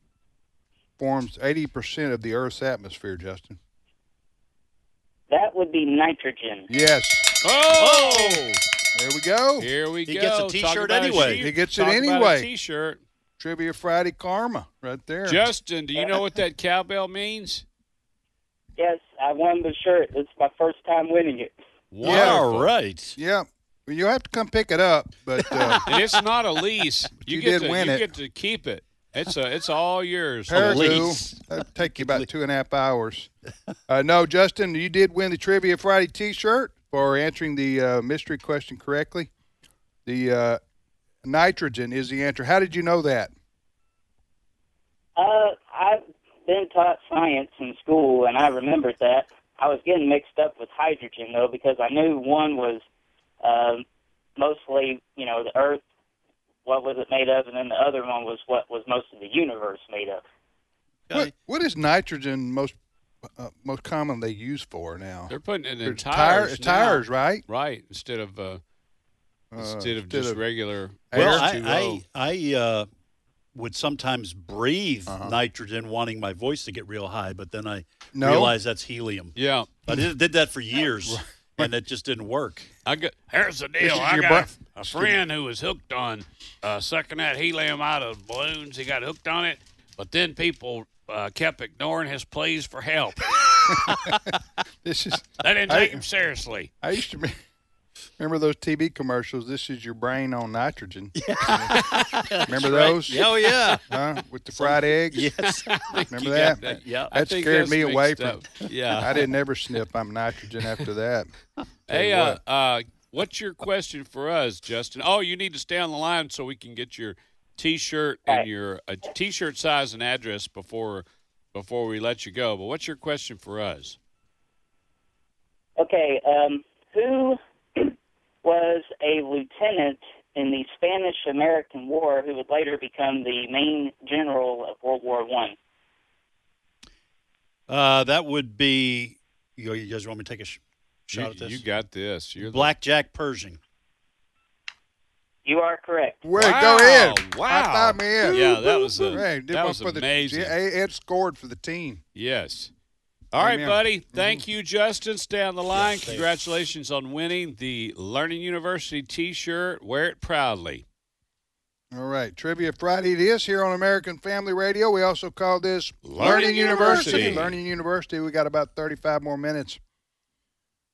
Speaker 2: forms eighty percent of the Earth's atmosphere, Justin?
Speaker 7: That would be nitrogen.
Speaker 2: Yes.
Speaker 5: Oh!
Speaker 2: There we go.
Speaker 5: Here we
Speaker 3: He
Speaker 5: go.
Speaker 3: gets a
Speaker 5: Talk
Speaker 3: t-shirt
Speaker 5: about a
Speaker 3: anyway.
Speaker 5: sheep.
Speaker 2: He gets it
Speaker 5: Talk about a
Speaker 2: anyway.
Speaker 5: t-shirt.
Speaker 2: Trivia Friday karma right there.
Speaker 5: Justin, do you know what that cowbell means?
Speaker 7: Yes, I won the shirt. It's my first time winning it.
Speaker 5: Wonderful.
Speaker 3: All right.
Speaker 2: Yeah. Well, you'll have to come pick it up, but uh,
Speaker 5: And it's not a lease. You,
Speaker 2: You
Speaker 5: get
Speaker 2: did
Speaker 5: to,
Speaker 2: win
Speaker 5: you
Speaker 2: it.
Speaker 5: get to keep it. It's a, it's all yours.
Speaker 2: Paragoo,
Speaker 3: lease.
Speaker 2: that'd take you about two and a half hours. Uh, no, Justin, you did win the Trivia Friday T-shirt for answering the uh, mystery question correctly. The uh, nitrogen is the answer. How did you know that?
Speaker 7: Uh, I've been taught science in school, and I remembered that. I was getting mixed up with hydrogen though, because I knew one was um, mostly, you know, the Earth. What was it made of? And then the other one was what was most of the universe made of.
Speaker 3: Okay.
Speaker 2: What, what is nitrogen most uh, most commonly used for now?
Speaker 5: They're putting it
Speaker 2: They're
Speaker 5: in
Speaker 2: tire-
Speaker 5: tires. now.
Speaker 2: tires, right?
Speaker 5: Right. Instead of uh, instead of
Speaker 3: instead
Speaker 5: just
Speaker 3: of
Speaker 5: regular.
Speaker 3: Well, I I, I uh, would sometimes breathe
Speaker 2: Uh-huh.
Speaker 3: nitrogen, wanting my voice to get real high, but then I
Speaker 5: No.
Speaker 3: realized that's helium.
Speaker 5: Yeah,
Speaker 3: I did, did that for years, and it just didn't work.
Speaker 5: I got
Speaker 4: Here's the
Speaker 3: This
Speaker 4: deal.
Speaker 3: is
Speaker 4: I
Speaker 3: your
Speaker 4: got
Speaker 3: breath.
Speaker 4: a friend who was hooked on uh, sucking that helium out of balloons. He got hooked on it, but then people uh, kept ignoring his pleas for help.
Speaker 2: This is
Speaker 4: They didn't
Speaker 2: I-
Speaker 4: take him seriously.
Speaker 2: I used to be, remember those TV commercials. This is your brain on nitrogen. remember
Speaker 3: right.
Speaker 2: those?
Speaker 3: Oh, yeah.
Speaker 2: Huh? With the fried eggs.
Speaker 3: Yes.
Speaker 2: Remember
Speaker 3: You
Speaker 2: that?
Speaker 3: got that. Yeah. I
Speaker 2: That
Speaker 3: think
Speaker 2: scared
Speaker 3: that's
Speaker 2: me away
Speaker 3: mixed
Speaker 2: from.
Speaker 3: up. Yeah.
Speaker 2: I didn't ever snip. I'm nitrogen after that. Tell you
Speaker 5: Hey, uh,
Speaker 2: what.
Speaker 5: uh, what's your question for us, Justin? Oh, you need to stay on the line so we can get your T-shirt and your uh, T-shirt size and address before before we let you go. But what's your question for us?
Speaker 17: Okay, um, who was a lieutenant in the Spanish American War who would later become the main general of World War One?
Speaker 3: Uh, that would be. You, you guys want me to take a sh- shot
Speaker 5: You-
Speaker 3: at this?
Speaker 5: you got this. You're the-
Speaker 3: Black Jack Pershing.
Speaker 17: You are correct.
Speaker 2: Way go in! High five me in.
Speaker 5: Yeah, that was a-
Speaker 2: Hey, did
Speaker 5: that
Speaker 2: one
Speaker 5: was
Speaker 2: for the-
Speaker 5: amazing.
Speaker 2: yeah, Ed scored for the team.
Speaker 5: Yes. All right,
Speaker 2: Amen. Mm-hmm.
Speaker 5: buddy. Thank you, Justin. Stay on the line. Congratulations on winning the Learning University T-shirt. Wear it proudly.
Speaker 2: All right, Trivia Friday it is here on American Family Radio. We also call this
Speaker 5: Learning University.
Speaker 2: Learning University. We got about 35 more minutes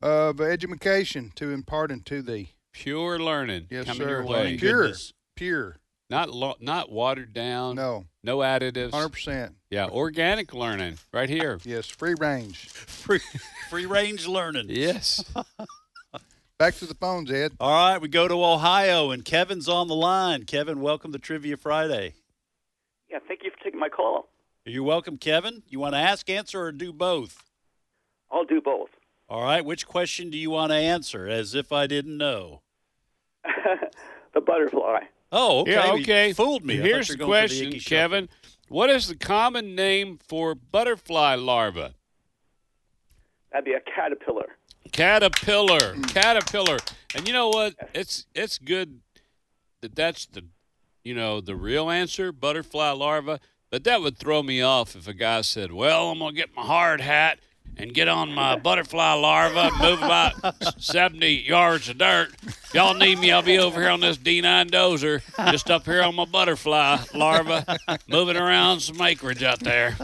Speaker 2: of education to impart into thee.
Speaker 5: Pure learning
Speaker 2: Yes,
Speaker 5: coming
Speaker 2: sir.
Speaker 5: your way.
Speaker 2: Pure, pure.
Speaker 5: Not lo- not watered down.
Speaker 2: No.
Speaker 5: No additives.
Speaker 2: 100%.
Speaker 5: Yeah, organic learning right here.
Speaker 2: Yes, free range.
Speaker 3: Free, free range learning.
Speaker 5: Yes.
Speaker 2: Back to the phones, Ed.
Speaker 3: All right, we go to Ohio, and Kevin's on the line. Kevin, welcome to Trivia Friday.
Speaker 18: Yeah, thank you for taking my call.
Speaker 3: You're welcome, Kevin. You want to ask, answer, or do both?
Speaker 18: I'll do both.
Speaker 3: All right, which question do you want to answer as if I didn't know?
Speaker 18: the butterfly.
Speaker 3: Oh, okay.
Speaker 5: Yeah,
Speaker 3: you
Speaker 5: okay.
Speaker 3: fooled me. I thought
Speaker 5: Here's
Speaker 3: you
Speaker 5: the
Speaker 3: were going for
Speaker 5: question,
Speaker 3: Icky Shuffle.
Speaker 5: Kevin. What is the common name for butterfly larva?
Speaker 18: That'd be a caterpillar.
Speaker 5: Caterpillar. Caterpillar. And you know what? It's it's good that that's the you know the real answer, butterfly larva. But that would throw me off if a guy said, "Well, I'm gonna get my hard hat and get on my butterfly larva, and move about 70 yards of dirt. Y'all need me? I'll be over here on this D9 dozer, just up here on my butterfly larva, moving around some acreage out there."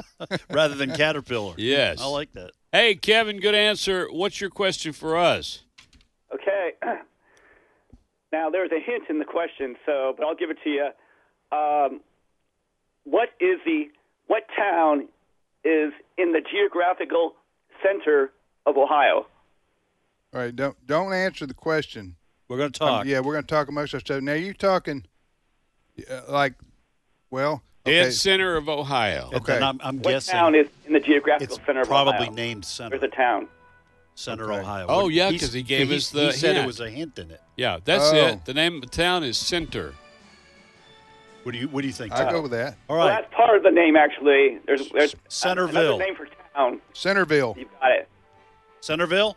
Speaker 3: Rather than caterpillar.
Speaker 5: Yes.
Speaker 3: I like that.
Speaker 5: Hey, Kevin, good answer. What's your question for us?
Speaker 3: Uh,
Speaker 18: Okay. Now there's a hint in the question, so but I'll give it to you. Um, what is the what town is in the geographical center of Ohio?
Speaker 2: All right, don't don't answer the question.
Speaker 3: We're going to
Speaker 2: talk. yeah, we're going to talk amongst ourselves. Now you talking uh, like, well, okay.
Speaker 5: Dead center of Ohio.
Speaker 2: Okay.
Speaker 3: And I'm, I'm
Speaker 18: What
Speaker 3: guessing
Speaker 18: town is in the geographical
Speaker 3: it's
Speaker 18: center of Ohio?
Speaker 3: probably named Center.
Speaker 18: There's a town.
Speaker 3: Center, Ohio.
Speaker 5: Oh, yeah,
Speaker 3: He's-
Speaker 5: 'cause he gave us
Speaker 3: He
Speaker 5: the
Speaker 3: said it
Speaker 5: hint.
Speaker 3: was a hint in it.
Speaker 5: Yeah, that's
Speaker 3: Oh.
Speaker 5: it. The name of the town is Center.
Speaker 3: What do you What do you think?
Speaker 2: I go with that.
Speaker 3: All
Speaker 18: Well, that's part of the name actually. There's there's
Speaker 3: Centerville.
Speaker 18: Another name for town.
Speaker 2: Centerville.
Speaker 18: You got it.
Speaker 3: Centerville.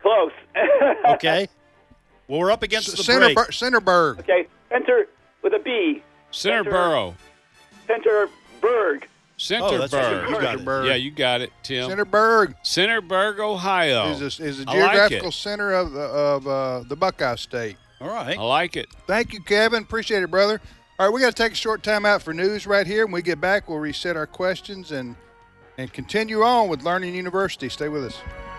Speaker 18: Close.
Speaker 3: Okay. Well, we're up against the break.
Speaker 2: Centerburg. Centerburg.
Speaker 18: okay. Center with a B.
Speaker 5: Centerboro.
Speaker 18: Centerburg.
Speaker 3: Oh,
Speaker 5: Centerburg.
Speaker 2: that's right. You got it. Centerburg.
Speaker 5: Yeah, you got it, Tim.
Speaker 2: Centerburg.
Speaker 5: Centerburg, Ohio.
Speaker 2: Is a, is a
Speaker 5: I like
Speaker 2: geographical
Speaker 5: it.
Speaker 2: center of the, of uh, the Buckeye State.
Speaker 3: All right.
Speaker 5: I like it.
Speaker 2: Thank you, Kevin. Appreciate it, brother. All right, we got to take a short time out for news right here. When we get back, we'll reset our questions and and continue on with Learning University. Stay with us.